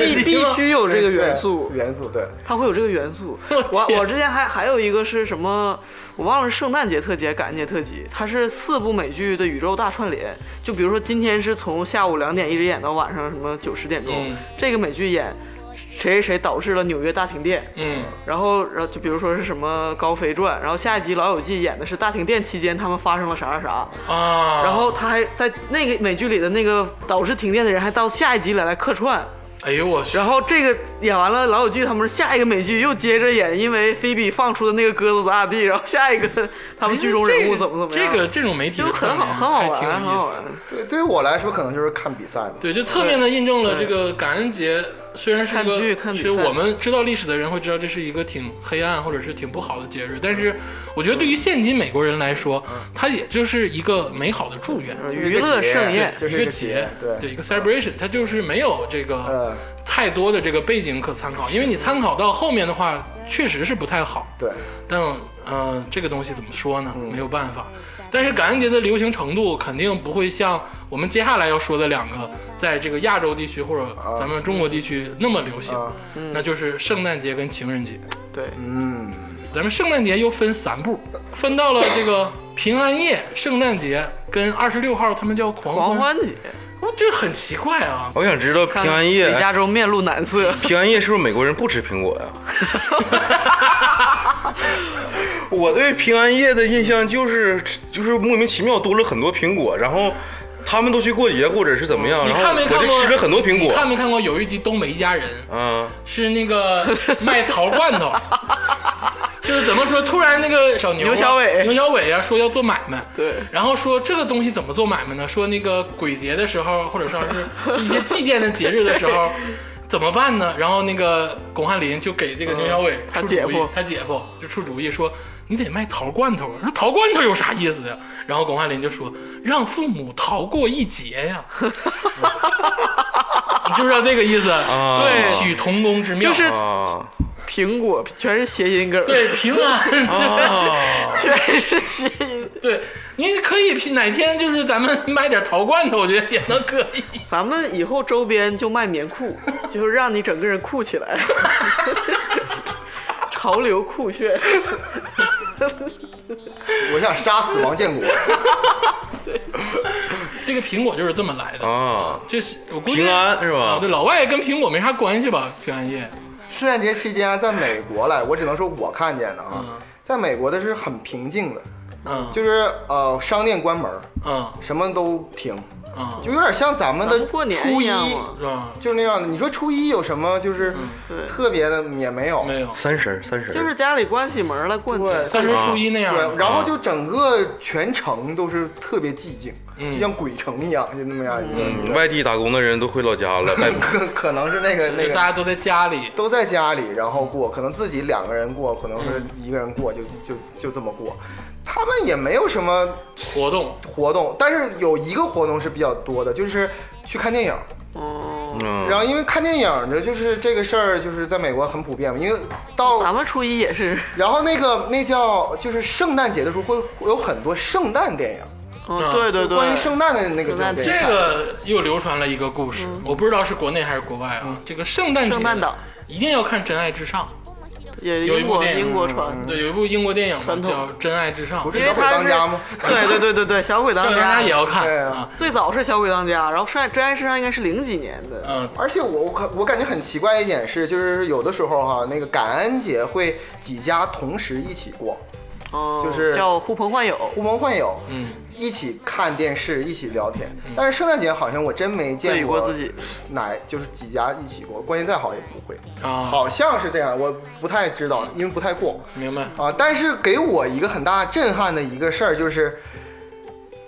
Speaker 3: 必必须有这个元素
Speaker 5: 对，元素对，
Speaker 3: 它会有这个元素。
Speaker 2: 我
Speaker 3: 我
Speaker 2: 天
Speaker 3: 我之前还还有一个是什么，我忘了是圣诞节特辑还是感恩节特辑，它是四部美剧的宇宙大串联。就比如说今天是从下午两点一直演到晚上什么九十点钟，
Speaker 2: 嗯
Speaker 3: 这个美剧演谁谁谁导致了纽约大停电，
Speaker 2: 嗯，
Speaker 3: 然后然后就比如说是什么高飞传，然后下一集老友记演的是大停电期间他们发生了啥啥啥，
Speaker 2: 啊，
Speaker 3: 然后他还在那个美剧里的那个导致停电的人还到下一集来来客串。
Speaker 2: 哎呦我去，
Speaker 3: 然后这个演完了老友记，他们下一个美剧又接着演，因为菲比放出的那个鸽子咋咋地，然后下一个他们剧中人物怎么怎么样，
Speaker 2: 这个这种媒体
Speaker 3: 就
Speaker 2: 的
Speaker 3: 很
Speaker 2: 串
Speaker 3: 好，
Speaker 2: 联
Speaker 3: 很好
Speaker 2: 还挺有
Speaker 3: 玩，很好
Speaker 2: 意思
Speaker 3: 玩
Speaker 2: 的。。
Speaker 5: 对，对于我来说可能就是看比赛吧。
Speaker 2: 对，就侧面的印证了这个感恩节虽然是一
Speaker 3: 看剧
Speaker 2: 个，
Speaker 3: 看
Speaker 2: 其
Speaker 3: 比赛
Speaker 2: 实我们知道历史的人会知道这是一个挺黑暗或者是挺不好的节日，但是我觉得对于现今美国人来说，它也就是一个美好的祝愿。
Speaker 3: 嗯
Speaker 5: 就是一
Speaker 3: 娱
Speaker 5: 个
Speaker 3: 乐
Speaker 5: 节
Speaker 3: 盛宴
Speaker 5: 对，就是
Speaker 2: 一
Speaker 5: 一
Speaker 2: 个
Speaker 5: 个节对
Speaker 2: 对一个 celebration，它就是没有这个
Speaker 5: 呃，
Speaker 2: 太多的这个背景可参考，因为你参考到后面的话，确实是不太好。
Speaker 5: 对，
Speaker 2: 但呃，这个东西怎么说呢？
Speaker 5: 嗯
Speaker 2: 没有办法。但是感恩节的流行程度肯定不会像我们接下来要说的两个，在这个亚洲地区或者咱们中国地区那么流行，
Speaker 5: 啊
Speaker 2: 那就是圣诞节跟情人节。
Speaker 3: 对，
Speaker 5: 嗯，
Speaker 2: 咱们圣诞节又分三步，分到了这个平安夜、圣诞节跟二十六号，他们叫狂欢。
Speaker 3: 狂欢节，
Speaker 2: 哦这很奇怪啊！
Speaker 4: 我想知道平安
Speaker 3: 看
Speaker 4: 夜
Speaker 3: 北，加州面露难色，
Speaker 4: 平安夜是不是美国人不吃苹果呀？ 我对平安夜的印象就是就是莫名其妙多了很多苹果，然后他们都去过节或者是怎么样，
Speaker 2: 嗯你
Speaker 4: 然
Speaker 2: 看
Speaker 4: 后
Speaker 2: 没看
Speaker 4: 我
Speaker 2: 过？
Speaker 4: 就吃了很多苹
Speaker 2: 你看
Speaker 4: 果。
Speaker 2: 没看过？有一集《东北一家人》，
Speaker 4: 嗯，
Speaker 2: 是那 个卖桃罐头，就是怎么说？突然那个小牛啊、
Speaker 3: 牛小伟
Speaker 2: 牛小伟啊，说要做买卖，
Speaker 3: 对
Speaker 2: 然后说这个东西怎么做买卖呢？说那个鬼节的时候，或者说是就一些祭奠的节日的时 候，怎么办呢？然后那个巩汉林就给这个牛小伟
Speaker 3: 嗯他
Speaker 2: 出主意，
Speaker 3: 姐夫
Speaker 2: 他姐夫就出主意说。你得卖桃罐头啊，说桃罐头有啥意思呀？然后巩汉林就说：“让父母逃过一劫呀。” 你知不知道这个意思？
Speaker 4: 啊
Speaker 2: 异曲同工之妙。
Speaker 3: 就是
Speaker 4: 啊
Speaker 3: 苹果全是谐音梗，
Speaker 2: 对平安，
Speaker 4: 啊，
Speaker 3: 全是谐音。
Speaker 2: 对，你可以平哪天就是咱们 买点桃罐头，我觉得也能可以。
Speaker 3: 咱们以后周边就卖棉裤，就是让你整个人酷起来，潮流酷炫。
Speaker 5: 我想杀死王建国。
Speaker 2: 这个苹果就是这么来的。
Speaker 4: 啊，
Speaker 2: 就是我估计
Speaker 4: 平安是吧
Speaker 2: 啊，对，老外跟苹果没啥关系吧？平安夜，
Speaker 5: 圣诞节期间啊在美国来，我只能说我看见的啊，在美国的是很平静的，
Speaker 2: 嗯，
Speaker 5: 就是呃商店关门，
Speaker 2: 嗯
Speaker 5: 什么都停，
Speaker 2: 嗯，
Speaker 5: 就有点像咱们
Speaker 3: 咱
Speaker 5: 的
Speaker 3: 们过年
Speaker 5: 初
Speaker 3: 一
Speaker 5: 一，
Speaker 3: 样嘛
Speaker 2: 是吧？
Speaker 5: 就是那样的。你说初一有什么就是
Speaker 3: 对
Speaker 5: 特别的也没有，
Speaker 2: 嗯没有，
Speaker 4: 三十儿三十儿，
Speaker 3: 就是家里关起门来过年
Speaker 5: 对，
Speaker 2: 三十
Speaker 4: 啊
Speaker 2: 初一那样。
Speaker 5: 对，然后就整个全城都是特别寂静，
Speaker 2: 嗯
Speaker 5: 就像鬼城一样，就那么样一个。
Speaker 4: 嗯外地打工的人都回老家了，拜
Speaker 5: 可可能是那个那
Speaker 2: 就大家
Speaker 5: 个
Speaker 2: 都在家里，
Speaker 5: 都在家里，然后过，可能自己两个人过，可能是
Speaker 3: 嗯
Speaker 5: 一个人过，就就就这么过。他们也没有什么
Speaker 2: 活动，
Speaker 5: 活动，但是有一个活动是比较多的，就是去看电影。
Speaker 3: 嗯，
Speaker 4: 嗯，
Speaker 5: 然后因为看电影呢，就是这个事儿，就是在美国很普遍嘛，因为到
Speaker 3: 咱们初一也是，
Speaker 5: 然后那个那叫就是圣诞节的时候会会有很多圣诞电影，
Speaker 3: 嗯，对对对，
Speaker 5: 关于圣诞的那个
Speaker 3: 圣诞
Speaker 5: 电
Speaker 2: 这
Speaker 5: 影。
Speaker 2: 个又流传了一个故事，我不知道是国内还是国外啊。这个圣诞节
Speaker 3: 圣诞岛
Speaker 2: 一定要看《真爱至上
Speaker 3: 也
Speaker 2: 有一
Speaker 3: 英
Speaker 2: 部
Speaker 3: 国
Speaker 2: 电影嗯
Speaker 3: 英国传》，，
Speaker 2: 对，有一部英国电影嘛
Speaker 3: 嗯传统
Speaker 2: 叫《真爱至上》，
Speaker 5: 不
Speaker 3: 因为
Speaker 5: 是小鬼
Speaker 3: 他
Speaker 5: 当
Speaker 3: 是
Speaker 5: 家吗？
Speaker 3: 对对对对对，小 鬼
Speaker 2: 小
Speaker 3: 当
Speaker 2: 当家
Speaker 3: 家
Speaker 2: 也要看
Speaker 5: 对啊
Speaker 2: 啊，
Speaker 3: 最早是小鬼当家，然后圣真爱至上应该是零几年的，
Speaker 2: 嗯，
Speaker 5: 而且我我可我感觉很奇怪一点是，就是有的时候哈、那个感恩节会几家同时一起过，
Speaker 3: 嗯，
Speaker 5: 就是
Speaker 3: 叫呼朋唤友，
Speaker 5: 呼朋唤友，
Speaker 2: 嗯，
Speaker 5: 一起看电视，一起聊天。但是圣诞节好像我真没
Speaker 3: 自己
Speaker 5: 见
Speaker 3: 过嗯自己，
Speaker 5: 哪就是几家一起过，关键再好也不会，
Speaker 2: 啊，，
Speaker 5: 好像是这样，我不太知道，因为不太过
Speaker 2: 明白，
Speaker 5: 啊。但是给我一个很大震撼的一个事儿就是，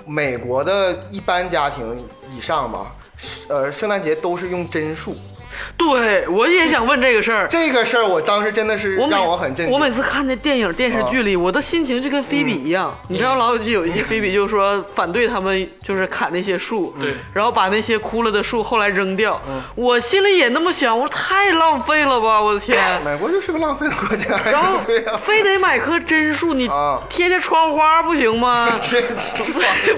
Speaker 5: 美国的一般家庭以上吧，呃，圣诞节都是用真数。
Speaker 3: 对我也想问这个事儿。
Speaker 5: 这个事儿我当时真的是
Speaker 3: 我每
Speaker 5: 让我很震惊。嗯
Speaker 3: 我每次看那电影、电视剧里，我的心情就跟菲比一样。你
Speaker 2: 嗯
Speaker 3: 知道老友记有一集，菲比就说反对他们就是砍那些树，
Speaker 2: 嗯对嗯
Speaker 3: 然后把那些枯了的树后来扔掉。我心里也那么想，我说太浪费了吧，我的
Speaker 2: 嗯
Speaker 3: 天！
Speaker 5: 美国就是个浪费的国家，
Speaker 3: 然后
Speaker 5: 对啊呀、
Speaker 3: 非得买棵真树，你
Speaker 5: 啊
Speaker 3: 贴贴窗花不行 吗？
Speaker 5: 这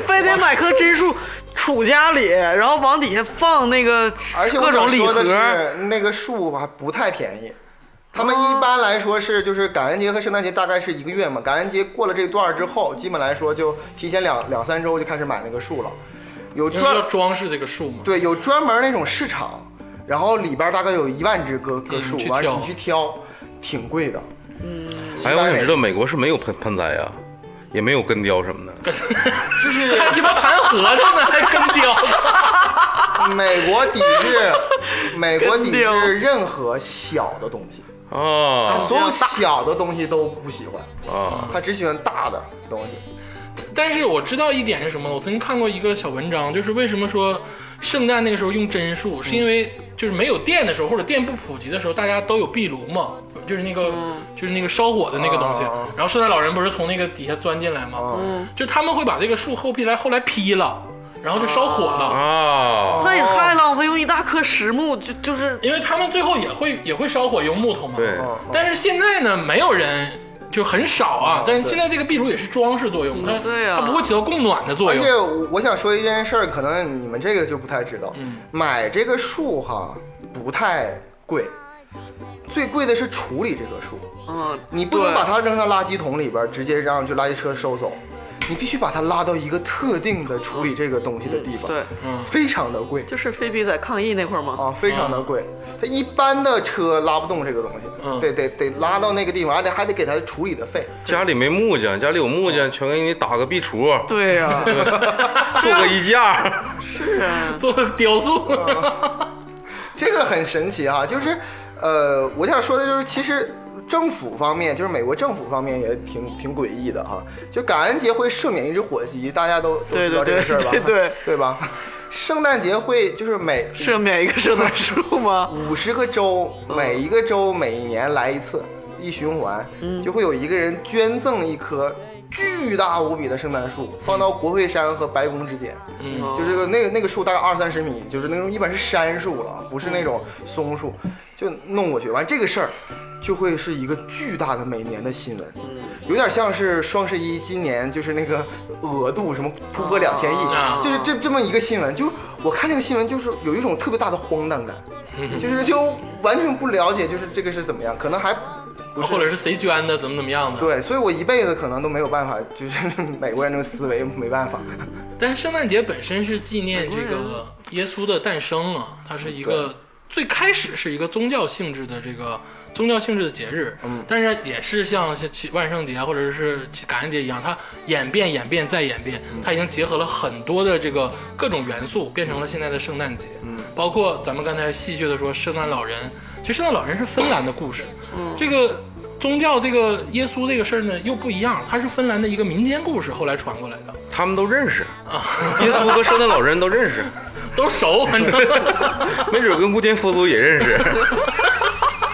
Speaker 3: 非得买棵真树杵家里，然后往底下放那个
Speaker 5: 而且
Speaker 3: 各
Speaker 5: 我
Speaker 3: 种
Speaker 5: 想
Speaker 3: 礼
Speaker 5: 说的
Speaker 3: 盒。啊
Speaker 5: 是，那个树还不太便宜。他们一般来说是就是感恩节和圣诞节大概是一个月嘛，感恩节过了这段儿之后，基本来说就提前两两三周就开始买那个树了，有
Speaker 2: 因为要
Speaker 5: 专
Speaker 2: 装饰这个树 嘛，
Speaker 5: 对有专门那种市场，然后里边儿大概有一万只各各
Speaker 2: 嗯
Speaker 5: 树
Speaker 2: 去，
Speaker 5: 完了
Speaker 2: 挑
Speaker 5: 你去挑，挺贵的。嗯，
Speaker 4: 哎，我想知道美国是没有盆盆栽啊，也没有根雕什么的。
Speaker 2: 还鸡巴弹核桃呢，还跟雕，
Speaker 5: 美国 抵制，美国抵
Speaker 3: 跟丢
Speaker 5: 制任何小的东西，
Speaker 2: 哦
Speaker 4: 啊
Speaker 5: 所有小的东西都不喜欢，
Speaker 4: 啊
Speaker 5: 他只喜欢大的东西。
Speaker 2: 但是我知道一点是什么，我曾经看过一个小文章，就是为什么说圣诞那个时候用真树，是因为就是没有电的时候或者电不普及的时候，大家都有壁炉嘛，就是那个、就是那个烧火的那个东西。
Speaker 5: 啊
Speaker 2: 然后圣诞老人不是从那个底下钻进来吗？
Speaker 5: 啊
Speaker 2: 就他们会把这个树后壁来后来劈了，然后就烧火了。
Speaker 4: 啊！
Speaker 5: 哦
Speaker 3: 那也太浪费，用一大棵实木就就是
Speaker 2: 因为他们最后也会也会烧火用木头嘛。
Speaker 4: 对
Speaker 5: 哦哦
Speaker 2: 但是现在呢，没有人就很少啊。
Speaker 5: 嗯
Speaker 2: 但是现在这个壁炉也是装饰作用，它
Speaker 3: 对啊
Speaker 2: 它不会起到供暖的作
Speaker 5: 而
Speaker 2: 用
Speaker 5: 且。我我想说一件事儿，可能你们这个就不太知道。
Speaker 2: 嗯
Speaker 5: 买这个树哈不太贵，最贵的是处理这棵树。
Speaker 3: 嗯，
Speaker 5: 哦你不能
Speaker 3: 对
Speaker 5: 把它扔到垃圾桶里边儿，直接让就垃圾车收走，你必须把它拉到一个特定的处理这个东西的地方，
Speaker 3: 对，
Speaker 2: 嗯，
Speaker 5: 非常的贵
Speaker 3: 就是菲比在抗议那块儿嘛。
Speaker 5: 啊，非常的贵。它一般的车拉不动这个东西，
Speaker 2: 嗯
Speaker 5: 得得得拉到那个地方，还得还得给它处理的费。
Speaker 4: 家里没木匠，家里有木匠，全给你打个壁橱，
Speaker 3: 对呀、 啊
Speaker 4: 做个衣架。
Speaker 3: 是啊，
Speaker 2: 做雕塑。
Speaker 5: 嗯这个很神奇哈、就是，呃，我想说的就是，其实政府方面，就是美国政府方面也挺挺诡异的哈、就感恩节会赦免一只火鸡，大家都都
Speaker 3: 对
Speaker 5: 知道这
Speaker 3: 对
Speaker 5: 个事儿吧？
Speaker 3: 对对
Speaker 5: 吧？圣诞节会就是每
Speaker 3: 赦免一个圣诞树吗？
Speaker 5: 五十个州，
Speaker 2: 嗯
Speaker 5: 每一个州每一年来一次，一循环，
Speaker 2: 嗯
Speaker 5: 就会有一个人捐赠一棵巨大无比的圣诞树，放到国会山和白宫之间。
Speaker 2: 嗯，
Speaker 5: 就这个那个那个树大概二三十米，就是那种一般是杉树
Speaker 2: 嗯
Speaker 5: 了，不是那种松树，就弄过去。完这个事儿，就会是一个巨大的每年的新闻，
Speaker 2: 嗯
Speaker 5: 有点像是双十一今年就是那个额度什么突破两千亿
Speaker 2: 啊，
Speaker 5: 就是这这么一个新闻。就是我看这个新闻，就是有一种特别大的荒诞感，
Speaker 2: 嗯
Speaker 5: 就是就完全不了解就是这个是怎么样，可能还不
Speaker 2: 或者
Speaker 5: 是。
Speaker 2: 是谁捐的，怎么怎么样的。
Speaker 5: 对，所以我一辈子可能都没有办法，就是 美国人这个思维没办法。
Speaker 2: 但是圣诞节本身是纪念这个耶稣的诞生啊，它是一个最开始是一个宗教性质的这个宗教性质的节日，
Speaker 5: 嗯
Speaker 2: 但是也是像像其万圣节啊或者是感恩节一样，它演变演变再演变，它已经结合了很多的这个各种元素，变成了现在的圣诞节，嗯，包括咱们刚才戏谑的说圣诞老人，其实圣诞老人是芬兰的故事，嗯，这个。宗教这个耶稣这个事儿呢又不一样，它是芬兰的一个民间故事，后来传过来的。
Speaker 4: 他们都认识，耶稣和圣诞老人都认识，
Speaker 2: 都熟，反正。
Speaker 4: 没准跟无间佛祖也认识。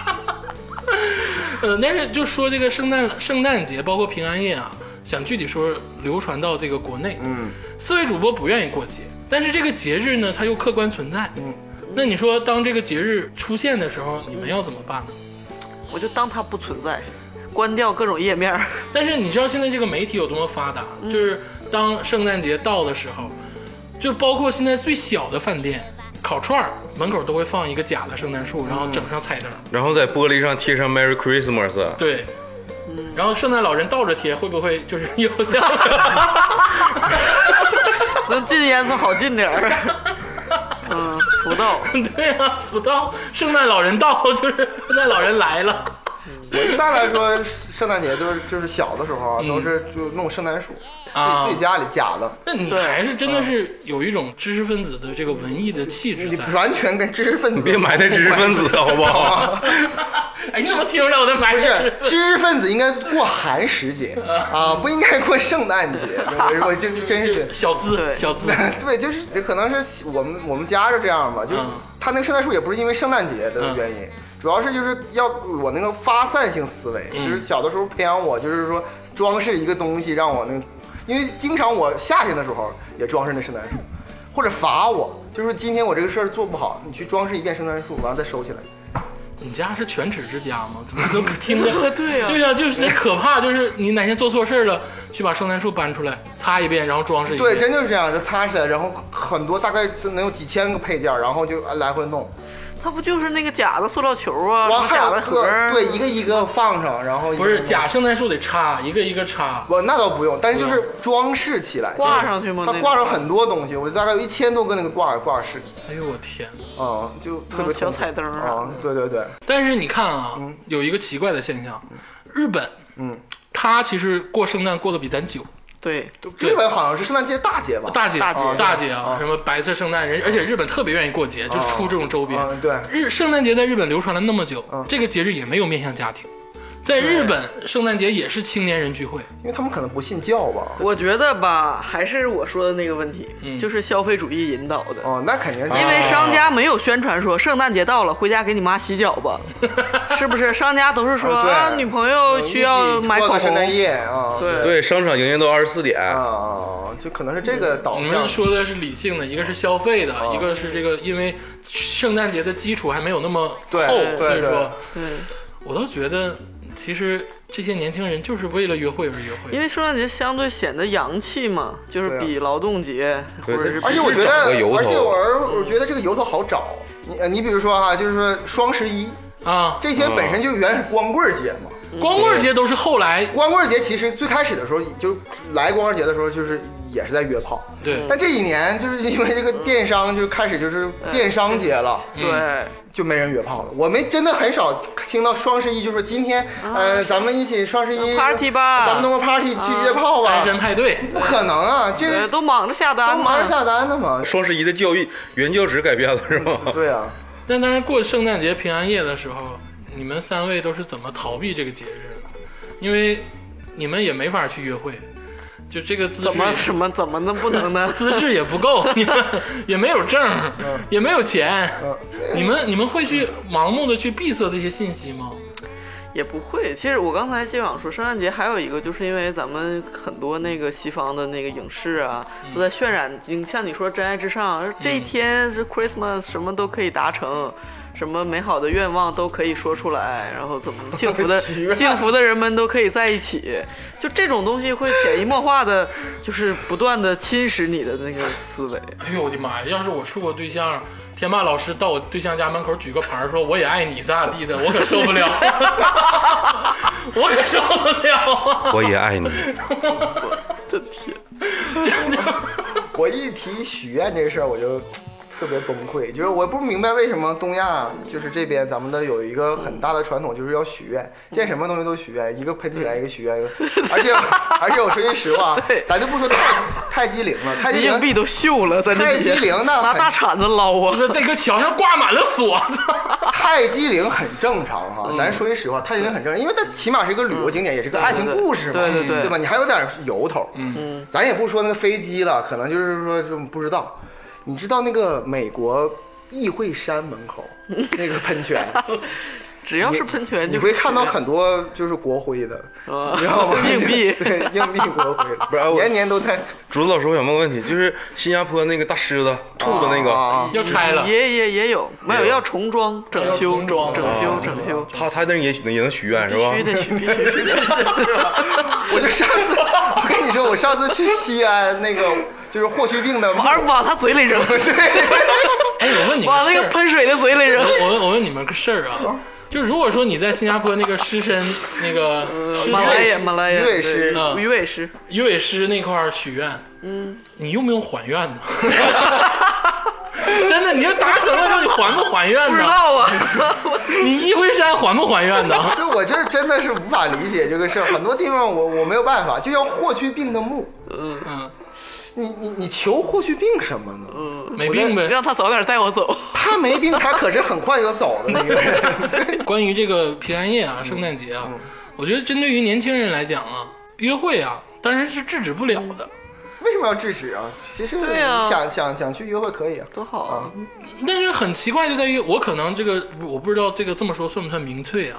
Speaker 2: 呃，但是就说这个圣诞圣诞节，包括平安夜啊，想具体说流传到这个国内，
Speaker 5: 嗯，
Speaker 2: 四位主播不愿意过节，但是这个节日呢，它又客观存在，嗯。那你说，当这个节日出现的时候，你们要怎么办呢？
Speaker 3: 我就当它不存在，关掉各种页面儿。
Speaker 2: 但是你知道现在这个媒体有多么发达，就是当圣诞节到的时候，就包括现在最小的饭店，烤串儿门口都会放一个假的圣诞树，然后整上彩灯。
Speaker 4: 然后在玻璃上贴上 Merry Christmas，
Speaker 2: 对，
Speaker 5: 嗯
Speaker 2: 然后圣诞老人倒着贴，会不会就是又像？
Speaker 3: 能禁烟就好禁点儿。嗯，不到。
Speaker 2: 对啊，不到圣诞老人到就是圣诞老人来了，
Speaker 5: 我一般来说，圣诞节都是就是小的时候啊，
Speaker 2: 嗯
Speaker 5: 都是就弄圣诞树，自己
Speaker 2: 啊
Speaker 5: 自己家里假的，
Speaker 2: 那你
Speaker 3: 对
Speaker 2: 还是真的是有一种知识分子的这个文艺的气质
Speaker 5: 你
Speaker 2: 在。
Speaker 5: 完全跟知识分子
Speaker 4: 别埋汰知识分子，好不好？
Speaker 2: 哎，你怎么听出来我在埋
Speaker 5: 不
Speaker 2: 汰
Speaker 5: 是
Speaker 2: 是？
Speaker 5: 知识分子应该过寒 食节啊，不应该过圣诞节。我我真真是
Speaker 2: 小资，
Speaker 3: 对？
Speaker 2: 小 资，
Speaker 5: 对，就是也可能是我们我们家是这样吧，就是
Speaker 2: 嗯
Speaker 5: 他那个圣诞树也不是因为圣诞节的原因，主要是就是要我那个发散性思维，
Speaker 2: 嗯
Speaker 5: 就是小的时候培养我，就是说装饰一个东西让我那个，因为经常我夏天的时候也装饰那圣诞树，或者罚我，就是说今天我这个事儿做不好，你去装饰一遍圣诞树，完了再收起来。
Speaker 2: 你家是犬齿之家吗？怎么怎么听 着
Speaker 5: 啊
Speaker 3: 对呀
Speaker 2: 对呀，就是可怕，就是你哪天做错事儿了，去把圣诞树搬出来擦一遍，然后装饰一遍。
Speaker 5: 对，真就是这样，就擦起来，然后很多大概能有几千个配件，然后就来回弄，
Speaker 3: 它不就是那个假的塑料球啊，
Speaker 5: 完
Speaker 3: 什么
Speaker 5: 还
Speaker 3: 假
Speaker 5: 有
Speaker 3: 的盒儿？
Speaker 5: 个对一个一个放上，然后一个
Speaker 2: 不是
Speaker 5: 弄
Speaker 2: 假圣诞树得插一个一个插，
Speaker 5: 我那倒不用，但是就是装饰起来，
Speaker 3: 挂上去吗？
Speaker 5: 它
Speaker 3: 那
Speaker 5: 挂
Speaker 3: 种
Speaker 5: 上很多东西，我大概有一千多个那个挂挂饰，
Speaker 2: 哎呦我天！
Speaker 5: 啊、就特别
Speaker 3: 嗯小
Speaker 5: 恐怖
Speaker 3: 彩灯儿啊
Speaker 5: 啊，对对对，
Speaker 2: 但是你看啊，有一个奇怪的现象，日本
Speaker 5: 嗯，
Speaker 2: 它其实过圣诞过得比咱久，
Speaker 3: 对，
Speaker 5: 日本好像是圣诞节大节吧？
Speaker 2: 大姐
Speaker 3: 大姐
Speaker 2: 大姐
Speaker 5: 啊
Speaker 2: 啊，什么白色圣诞人，而且日本特别愿意过节，就是出这种周边。
Speaker 5: 嗯，对，
Speaker 2: 日圣诞节在日本流传了那么久
Speaker 5: 嗯，
Speaker 2: 这个节日也没有面向家庭。在日本，圣诞节也是青年人聚会，
Speaker 5: 因为他们可能不信教吧？
Speaker 3: 我觉得吧，还是我说的那个问题，
Speaker 2: 嗯
Speaker 3: 就是消费主义引导的。
Speaker 5: 哦，那肯定是
Speaker 3: 因为商家没有宣传说圣诞节到了，回家给你妈洗脚吧，是不是？商家都是说
Speaker 5: 啊对
Speaker 3: 啊，女朋友需要买口
Speaker 5: 过个圣诞
Speaker 3: 红，
Speaker 5: 夜啊，
Speaker 3: 对
Speaker 4: 对，商场营业到二十四点，
Speaker 5: 啊啊，就可能是这个导
Speaker 2: 你
Speaker 5: 向
Speaker 2: 们。说的是理性的，一个是消费的，
Speaker 5: 啊
Speaker 2: 一个是这个，因为圣诞节的基础还没有那么
Speaker 5: 对
Speaker 2: 厚，
Speaker 5: 对
Speaker 2: 所以
Speaker 5: 对
Speaker 2: 说，
Speaker 3: 对，
Speaker 2: 我倒觉得其实这些年轻人就是为了约会而约会。
Speaker 3: 因为圣诞节相对显得洋气嘛，就是
Speaker 5: 对啊
Speaker 3: 比劳动节或
Speaker 4: 对
Speaker 3: 者是比
Speaker 5: 而且我觉
Speaker 4: 是找
Speaker 5: 得
Speaker 4: 个由，头
Speaker 5: 而且我而我觉得这个由头好找。你呃你比如说哈，就是说双十一
Speaker 2: 啊，
Speaker 5: 这天本身就原是光棍节嘛，
Speaker 3: 嗯
Speaker 2: 光棍节都是后来
Speaker 5: 光棍节其实最开始的时候，就是来光棍节的时候，就是也是在约炮。
Speaker 2: 对
Speaker 5: 但这一年就是因为这个电商就开始就是电商节了，
Speaker 3: 嗯
Speaker 2: 嗯
Speaker 3: 对，
Speaker 5: 就没人约炮了。我们真的很少听到双十一就说今天，呃，咱们一起双十一
Speaker 3: party 吧嗯
Speaker 5: 咱们弄个 party 去约炮
Speaker 2: 单
Speaker 5: 吧，
Speaker 2: 身派对，
Speaker 5: 不可能啊，这
Speaker 3: 呃
Speaker 5: 个
Speaker 3: 都忙着下
Speaker 5: 都
Speaker 3: 单
Speaker 5: 忙
Speaker 3: 嘛
Speaker 5: 着。下单呢嘛。
Speaker 4: 双十一的教育原教旨改变了是
Speaker 3: 嗯
Speaker 4: 吧？
Speaker 5: 对啊，
Speaker 2: 但当然过圣诞节、平安夜的时候，你们三位都是怎么逃避这个节日的？因为你们也没法去约会，就这个资质
Speaker 3: 怎么
Speaker 2: 也？
Speaker 3: 什么怎么能不能呢
Speaker 2: 资质也不够，你们也没有证儿，
Speaker 3: 嗯
Speaker 2: 也没有钱，你们你们会去盲目的去闭塞这些信息吗？
Speaker 3: 也不会。其实我刚才就想说，圣诞节还有一个，就是因为咱们很多那个西方的那个影视啊，
Speaker 5: 嗯
Speaker 3: 都在渲染，你像你说《真爱至上》，这一天
Speaker 5: 嗯
Speaker 3: 是 Christmas，什么都可以达成。什么美好的愿望都可以说出来，然后怎么幸 福的
Speaker 5: 许愿
Speaker 3: 幸福的人们都可以在一起，就这种东西会潜移默化的，就是不断的侵蚀你的那个思维。
Speaker 2: 哎呦我的妈呀！要是我处过对象，天霸老师到我对象家门口举个牌儿说我也爱你咋咋地的，我可受不了， 我可受不了啊！
Speaker 4: 我也爱你，
Speaker 5: 我一提许愿这个事儿，我就特别崩溃。就是我不明白为什么东亚就是这边咱们的有一个很大的传统，就是要许愿，见什么东西都许愿，一个喷起来一个许愿，一个而且而且我说句实话啊
Speaker 3: 对，
Speaker 5: 咱就不说太太激灵了，太激
Speaker 3: 硬币
Speaker 5: 灵
Speaker 3: 都锈了，在那
Speaker 5: 太
Speaker 3: 里
Speaker 5: 激灵那
Speaker 3: 拿
Speaker 5: 很
Speaker 3: 大铲子捞啊
Speaker 2: 这！个这个墙上挂满了锁，
Speaker 5: 太激灵很正常哈，咱说句实话，太激灵很正常，因为它起码是一个旅游景点，也是个爱情故事嘛，
Speaker 3: 嗯对对对
Speaker 5: 对吧？你还有点由头，
Speaker 2: 嗯，
Speaker 5: 咱也不说那个飞机了，可能就是说就不知道。你知道那个美国议会山门 口那个喷泉，
Speaker 3: 只要是喷泉
Speaker 5: 你
Speaker 3: 就
Speaker 5: 会看到很多就是国徽的，
Speaker 3: 啊
Speaker 5: 你知道吗？
Speaker 3: 硬币
Speaker 5: 对硬币国徽，
Speaker 4: 不是我
Speaker 5: 年年都在
Speaker 4: 竹子老师，我想问个问题，就是新加坡那个大狮子兔子那
Speaker 5: 啊
Speaker 4: 个，
Speaker 5: 啊
Speaker 2: 要拆了。
Speaker 3: 也也也有，没有
Speaker 4: 也有
Speaker 3: 要重装、整
Speaker 2: 要
Speaker 3: 修、
Speaker 2: 重装
Speaker 3: 整
Speaker 4: 啊
Speaker 3: 修、整修，
Speaker 4: 他他那也许能也能许愿是吧
Speaker 3: 必？须得去，必须得去。
Speaker 5: 啊我就上次，我跟你说，我上次去西安那个就是霍去病的，
Speaker 3: 而往他嘴里扔，
Speaker 2: 哎，我问你
Speaker 3: 往
Speaker 2: 个
Speaker 3: 那
Speaker 2: 事
Speaker 3: 个
Speaker 2: 儿，
Speaker 3: 喷水的嘴里扔。
Speaker 2: 我问我问你们个事儿啊，就如果说你在新加坡那个狮身那个狮
Speaker 3: 嗯马
Speaker 2: 身
Speaker 3: 来亚，马来亚，
Speaker 5: 鱼尾狮
Speaker 2: 嗯
Speaker 3: 鱼尾狮，
Speaker 2: 鱼尾狮那块儿许愿，嗯，你用不用还愿呢？ 真的，你这达成了之后，你还不还愿
Speaker 3: 不知
Speaker 2: 呢？
Speaker 3: 道啊，
Speaker 2: 你一回山还不还愿呢？
Speaker 5: 就我这真的是无法理解这个事儿，很多地方我我没有办法，就像霍去病的墓，
Speaker 2: 嗯，
Speaker 5: 你你你求霍去病什么呢？
Speaker 2: 没病呗。
Speaker 3: 让他早点带我走。
Speaker 5: 他没病，他可是很快就走的那个 人。
Speaker 2: 关于这个平安夜啊、圣诞节啊，我觉得针对于年轻人来讲啊，约会啊，当然是制止不了的。
Speaker 5: 为什么要制止啊？其实
Speaker 3: 对啊
Speaker 5: 想想想去约会可以啊。
Speaker 3: 多好啊！
Speaker 2: 但是很奇怪就在于，我可能这个我不知道这个这么说算不算明确啊？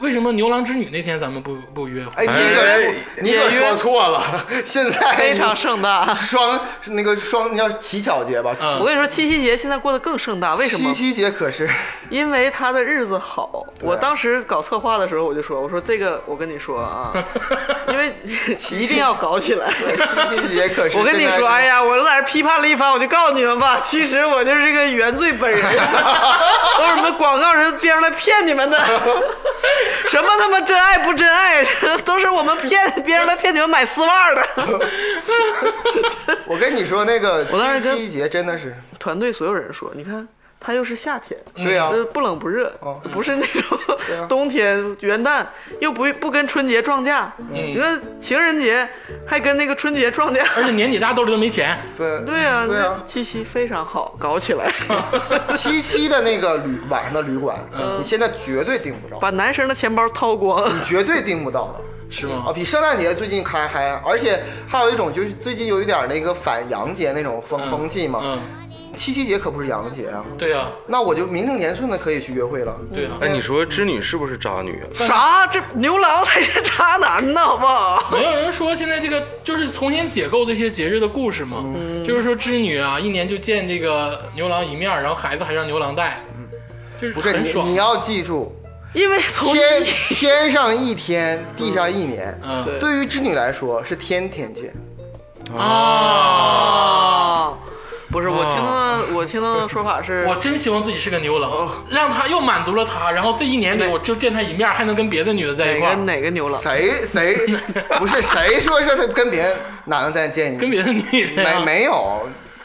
Speaker 2: 为什么牛郎织女那天咱们不不约会？
Speaker 5: 哎，你可
Speaker 4: 哎
Speaker 5: 你可说 错了，现 在
Speaker 3: 非常盛大。
Speaker 5: 双那个双，你叫乞巧节吧？
Speaker 2: 嗯
Speaker 3: 我跟你说，七夕节现在过得更盛大，为什么
Speaker 5: 七？夕节可是
Speaker 3: 因为他的日子好。我当时搞策划的时候，我就说，我说这个，我跟你说啊，因为 一定要搞起来。
Speaker 5: 七夕节可 是
Speaker 3: 我跟你
Speaker 5: 现在是
Speaker 3: 说，哎，呀，我都在这批判了一番，我就告诉你们吧，其实我就是个原罪本人， 都是你们广告人编出来骗你们的， 什么他妈真爱不真爱， 都是我们骗编出来骗你们买丝袜的。
Speaker 5: 我跟你说那个
Speaker 3: 我当时
Speaker 5: 七
Speaker 3: 跟
Speaker 5: 夕节真的是，
Speaker 3: 团队所有人说，你看。它又是夏天，
Speaker 5: 对呀，
Speaker 3: 就是不冷不热，
Speaker 5: 哦
Speaker 3: 不是那
Speaker 5: 啊
Speaker 3: 种 冬天元旦又不不跟春节撞架，
Speaker 5: 嗯
Speaker 3: 你看情人节还跟那个春节撞架，
Speaker 2: 而且年底大家兜里都没钱，
Speaker 5: 对
Speaker 3: 对呀、
Speaker 5: 哎对啊
Speaker 3: 这气息非常好，搞起 来，
Speaker 5: 七夕的那个旅晚上的旅馆，
Speaker 2: 嗯
Speaker 5: 你现在绝对订不着，
Speaker 3: 把男生的钱包掏光。
Speaker 5: 绝对订不到了。
Speaker 2: 是
Speaker 5: 啊，
Speaker 2: 吗？
Speaker 5: 比圣诞节最近开还，而且还有一种就是最近有一点那个反洋节那种风、风气嘛。
Speaker 2: 嗯，
Speaker 5: 七夕节可不是洋节啊，
Speaker 2: 对呀，
Speaker 5: 那我就名正言顺的可以去约会了。
Speaker 2: 对呀。
Speaker 4: 哎，你说织女是不是渣女啊？
Speaker 3: 啥？这牛郎才是渣男呢，好不好？
Speaker 2: 没有人说现在这个就是重新解构这些节日的故事嘛，就是说织女啊，一年就见这个牛郎一面，然后孩子还让牛郎带，就是
Speaker 5: 不是
Speaker 2: 很
Speaker 5: 你，
Speaker 2: 爽
Speaker 5: 你。要记住，
Speaker 3: 因为从
Speaker 5: 天
Speaker 3: 一
Speaker 5: 天上一天，地上一年。
Speaker 2: 嗯
Speaker 5: 对于织女来说是天天见，
Speaker 2: 啊，
Speaker 3: 啊，不是我听到的，我听到的说法是
Speaker 2: 我，真希望自己是个牛郎，让他又满足了他，然后这一年里
Speaker 3: 对
Speaker 2: 我就见他一面，还能跟别的女的在一
Speaker 3: 哪
Speaker 2: 块
Speaker 3: 个
Speaker 2: 儿，
Speaker 3: 哪个牛郎？
Speaker 5: 谁谁不是谁说是他跟别人哪能再见一
Speaker 2: 跟
Speaker 5: 面？
Speaker 2: 别的女的
Speaker 5: 没
Speaker 2: 呀。
Speaker 5: 没有，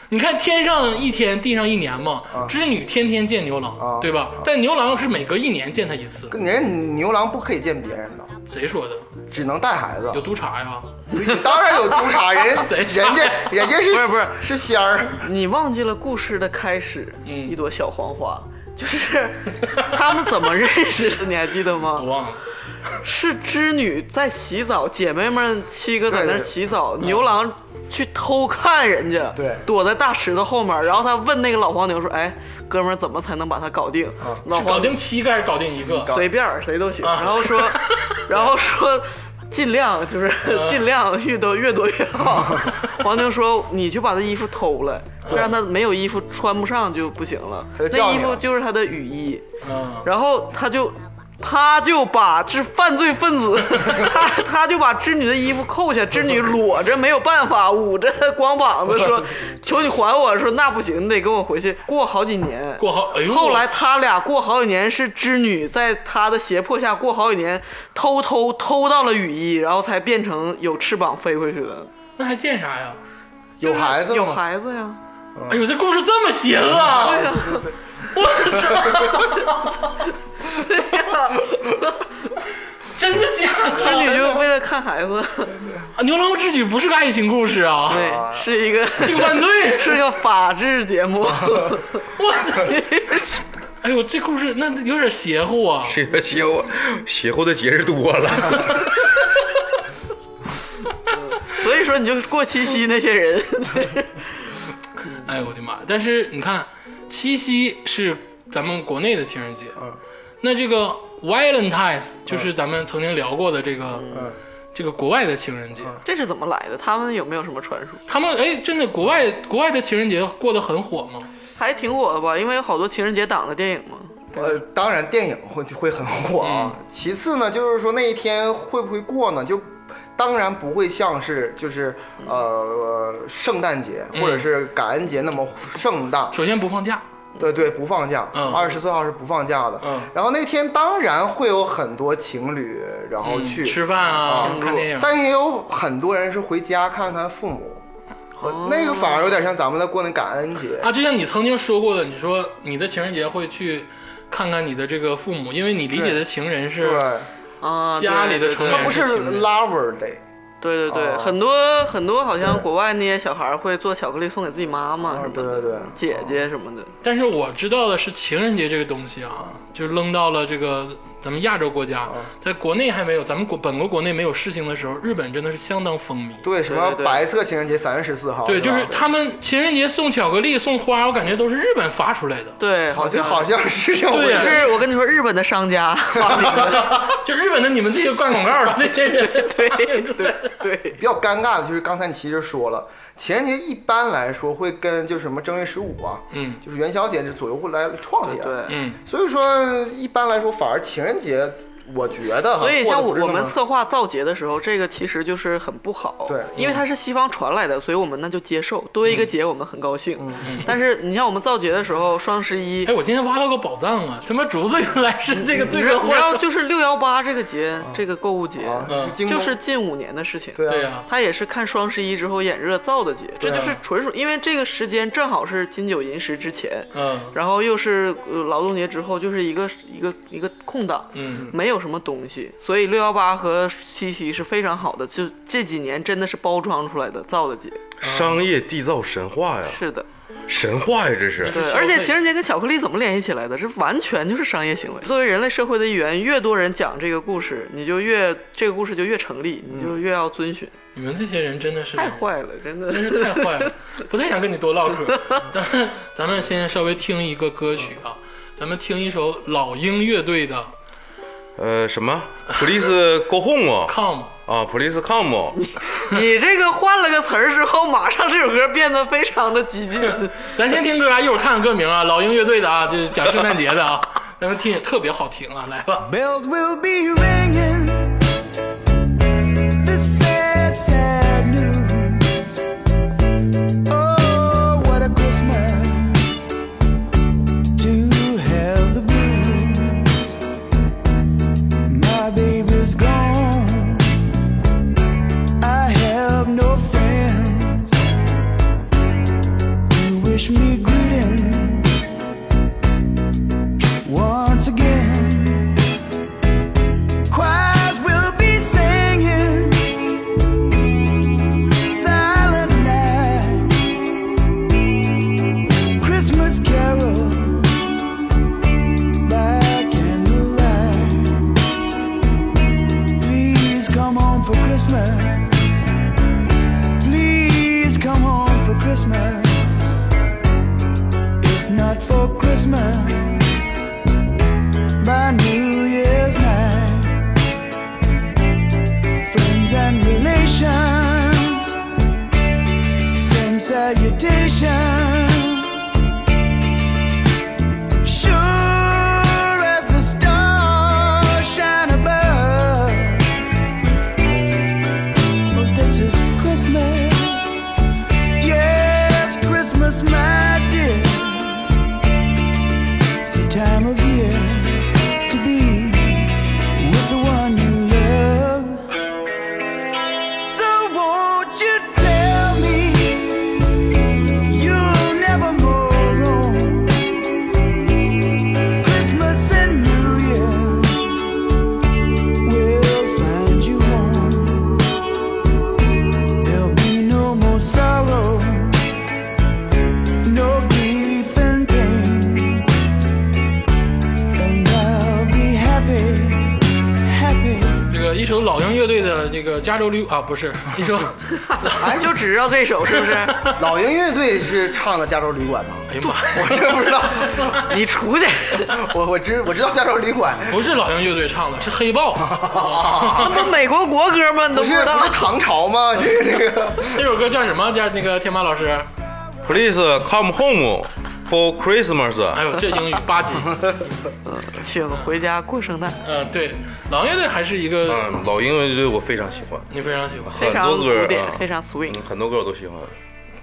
Speaker 2: 你看天上一天，地上一年嘛，织女天天见牛
Speaker 5: 啊
Speaker 2: 郎，对吧？但牛郎是每隔一年见他一次，
Speaker 5: 跟人家牛郎不可以见别人的，
Speaker 2: 谁说的？
Speaker 5: 只能带孩子
Speaker 2: 有。督察呀？
Speaker 5: 当然有督察，人
Speaker 2: 谁
Speaker 5: 人家人家是
Speaker 3: 不是不是
Speaker 5: 是仙儿。
Speaker 3: 你忘记了故事的开始，
Speaker 2: 嗯
Speaker 3: 一朵小黄花。就是 他们怎么认识的，你还记得
Speaker 2: 我
Speaker 3: 吗？
Speaker 2: 忘了。
Speaker 3: 是织女在洗澡，姐妹们七个在那
Speaker 5: 对
Speaker 3: 儿
Speaker 5: 对对
Speaker 3: 洗澡，牛郎去偷看人家，
Speaker 5: 对
Speaker 3: 躲在大石头后面，然后他问那个老黄牛说：“哎，哥们儿，怎么才能把他搞定？”
Speaker 5: 啊
Speaker 3: 老
Speaker 2: 是搞
Speaker 3: 黄牛
Speaker 2: 定七个还是搞定一个？
Speaker 3: 随便儿谁都行。
Speaker 2: 啊
Speaker 3: 然后 说，然后说，尽量就是
Speaker 5: 啊
Speaker 3: 尽量越多越多越 好。黄牛说，你去把他衣服偷了，就让他没有衣服穿不上就不行了
Speaker 5: 他就。叫
Speaker 3: 那
Speaker 5: 你
Speaker 3: 衣服
Speaker 5: 了
Speaker 3: 就是他的雨衣，
Speaker 2: 嗯，
Speaker 3: 然后他就。他就把这犯罪分子，他他就把织女的衣服扣下，织女裸着没有办法，捂着光膀子说：“求你还我！”说那不行，你得跟我回去。过好几年，
Speaker 2: 过好，哎呦，
Speaker 3: 后来他俩过好几年是织女，在他的胁迫下过好几年，偷偷偷到了雨衣，然后才变成有翅膀飞回去的。
Speaker 2: 那还见啥呀？
Speaker 5: 有孩子
Speaker 3: 有
Speaker 5: 吗？
Speaker 3: 孩子呀？哎
Speaker 2: 哎呦，这故事这么邪恶啊！
Speaker 3: 对呀、
Speaker 2: 我操！真的假的？
Speaker 3: 织女就为了看孩子，
Speaker 2: 啊牛郎织女不是个爱情故事啊，
Speaker 3: 对，是一个
Speaker 2: 性犯罪。
Speaker 3: 是个法制节目。
Speaker 5: 啊
Speaker 2: 我操！哎呦，这故事那有点邪乎啊！
Speaker 4: 这个邪乎邪乎的节日多 了，
Speaker 3: 所以说，你就过七夕那些 人，
Speaker 2: 哎呦我的妈！但是你看，七夕是咱们国内的情人节，
Speaker 5: 嗯
Speaker 2: 那这个 Valentine's 就是咱们曾经聊过的这个
Speaker 5: 嗯
Speaker 2: 这个国外的情人节。
Speaker 3: 这是怎么来的？他们有没有什么传说？
Speaker 2: 他们哎，真的国外国外的情人节过得很火吗？
Speaker 3: 还挺火的吧？因为有好多情人节档的电影嘛。
Speaker 5: 呃，当然电影会会很火啊。 其次呢，就是说那一天会不会过呢？就当然不会像是就是呃圣诞节或者是感恩节那么盛大。
Speaker 2: 首先不放假，
Speaker 5: 对对，不放假
Speaker 2: 嗯，
Speaker 5: 二十四号是不放假的。
Speaker 2: 嗯
Speaker 5: 然后那天当然会有很多情侣然后
Speaker 2: 嗯
Speaker 5: 哦去
Speaker 2: 吃饭啊，
Speaker 5: 啊
Speaker 2: 看电影。
Speaker 5: 但也有很多人是回家看看父母。和那个反而有点像咱们在过那感恩节，
Speaker 2: 啊，就像你曾经说过的，你说你的情人节会去看看你的这个父母，因为你理解的情人是
Speaker 5: 对，
Speaker 3: 啊，
Speaker 2: 家里的
Speaker 3: 对
Speaker 2: 成
Speaker 5: 它
Speaker 2: 员
Speaker 5: 不是
Speaker 2: 情人
Speaker 5: Lover Day，
Speaker 3: 对对对，
Speaker 5: 哦
Speaker 3: 很多很多好像
Speaker 5: 对
Speaker 3: 国外那些小孩会做巧克力送给自己妈妈
Speaker 5: 啊
Speaker 3: 什么
Speaker 5: 对对
Speaker 3: 的，
Speaker 5: 对
Speaker 3: 姐姐什么的。
Speaker 2: 但是我知道的是，情人节这个东西啊，就扔到了这个咱们亚洲国家，在国内还没有，咱们国本国国内没有事情的时候，日本真的是相当风靡。
Speaker 5: 对，什么
Speaker 3: 对对
Speaker 5: 白色情人节三月十四号，
Speaker 2: 对，就是
Speaker 5: 吧
Speaker 2: 他们情人节送巧克力、送花，我感觉都是日本发出来的。
Speaker 3: 对，
Speaker 5: 好
Speaker 3: 像
Speaker 5: 像好像是这样
Speaker 2: 对
Speaker 5: 回
Speaker 2: 呀
Speaker 5: 事，
Speaker 3: 是我跟你说，日本的商家发明的。
Speaker 2: 就日本的你们这些灌广告的这些人，对对，
Speaker 5: 比较尴尬的就是刚才你其实说了，情人节一般来说会跟就是什么正月十五啊，
Speaker 2: 嗯
Speaker 5: 就是元宵节这左右会来撞起来，
Speaker 3: 对，
Speaker 2: 嗯，
Speaker 5: 所以说一般来说反而情人节，我觉得哈
Speaker 3: 所以
Speaker 5: 啊过
Speaker 3: 像
Speaker 5: 得
Speaker 3: 我
Speaker 5: 不是
Speaker 3: 我
Speaker 5: 那么
Speaker 3: 们策划造节的时候，这个其实就是很不好，
Speaker 5: 对嗯
Speaker 3: 因为它是西方传来的，所以我们那就接受，多一个节我们很高
Speaker 5: 嗯
Speaker 3: 兴。但是你像我们造节的时候，双十一，
Speaker 2: 哎，我今天挖到个宝藏啊！什么竹子原来是这个罪
Speaker 3: 你
Speaker 2: 魁
Speaker 3: 知道你知
Speaker 2: 祸
Speaker 3: 道
Speaker 2: 首。
Speaker 3: 就是六幺八这个节，这个购物节，
Speaker 5: 啊
Speaker 2: 嗯
Speaker 5: 京
Speaker 3: 就
Speaker 5: 东
Speaker 3: 是近五年的事情。
Speaker 5: 对
Speaker 2: 对
Speaker 5: 啊，
Speaker 2: 呀、
Speaker 3: 它也是看双十一之后眼热造的节，这
Speaker 2: 对啊
Speaker 3: 就是纯属因为这个时间正好是金九银十之前，
Speaker 2: 嗯
Speaker 3: 然后又是呃劳动节之后，就是一个一个一个空档，
Speaker 2: 嗯，
Speaker 3: 没有什么东西，所以六幺八和七夕是非常好的，就这几年真的是包装出来的造的节，
Speaker 4: 商业缔造神话呀，
Speaker 3: 是的，
Speaker 4: 神话呀，这是
Speaker 2: 是
Speaker 3: 对，
Speaker 2: 消
Speaker 3: 而且
Speaker 2: 费
Speaker 3: 情人节跟巧克力怎么联系起来的？这完全就是商业行为。作为人类社会的一员，越多人讲这个故事，你就越这个故事就越成立，你就越要遵循。
Speaker 2: 你们这些人真的是
Speaker 3: 嗯太坏了，真的
Speaker 2: 真是太坏了，不太想跟你多唠嗑。咱们咱们先稍微听一个歌曲啊，咱们听一首老鹰乐队的
Speaker 4: 呃什么 police go home
Speaker 2: 《
Speaker 4: 啊
Speaker 2: Come》。
Speaker 4: 啊 police come 啊
Speaker 3: 你这个换了个词儿之后，马上这首歌变得非常的激进。
Speaker 2: 咱先听歌啊，一会儿看看歌名啊，老鹰乐队的啊，就是讲圣诞节的啊， 咱们听也特别好听啊，来吧。
Speaker 6: Bells will be ringing. This sad, sad news. Oh, what a Christmas to have the blues. My baby's gone. I have no friends to wish me greetings once again choirs will be singing silent night Christmas carol by candlelight please come home for Christmas please come home for Christmas if not for Christmas by New Year's night friends and relations send salutations sure as the stars shine above well this is christmas yes christmas my dear it's the time of year to be with the one you love so won't you tell me you'll never more roam Christmas and New Year will find you home. There'll be no more sorrow, no grief and pain, and I'll be happy, happy.
Speaker 2: 这个一首老鹰乐队的这个加州旅啊，不是 一 首，
Speaker 3: 就只知道这首是不 是？
Speaker 5: 老鹰乐队是唱的《加州旅馆》吗？
Speaker 2: 哎呀妈呀，
Speaker 5: 我真不知道，
Speaker 3: 你出去，
Speaker 5: 我我知我知道《加州旅馆》
Speaker 2: 不是老鹰乐队唱的，是黑豹。
Speaker 3: 那不美国国歌吗？你都
Speaker 5: 不
Speaker 3: 不
Speaker 5: 是
Speaker 3: 知道
Speaker 5: 不是？唐朝吗？ 这个这个
Speaker 2: 这首歌叫什么？叫那个天马老师？
Speaker 4: police come home for Christmas
Speaker 2: 哎呦，这英语八级。
Speaker 3: 请回家过圣诞，
Speaker 2: 嗯，对，老鹰乐队还是一个、
Speaker 4: 嗯老鹰乐队我非常喜欢，
Speaker 2: 你非常喜欢，
Speaker 3: 非
Speaker 4: 很
Speaker 3: 常
Speaker 4: 多歌
Speaker 3: 古
Speaker 4: 儿
Speaker 3: 典
Speaker 4: 啊，
Speaker 3: 非常 swing
Speaker 4: 嗯。很多歌我都喜欢，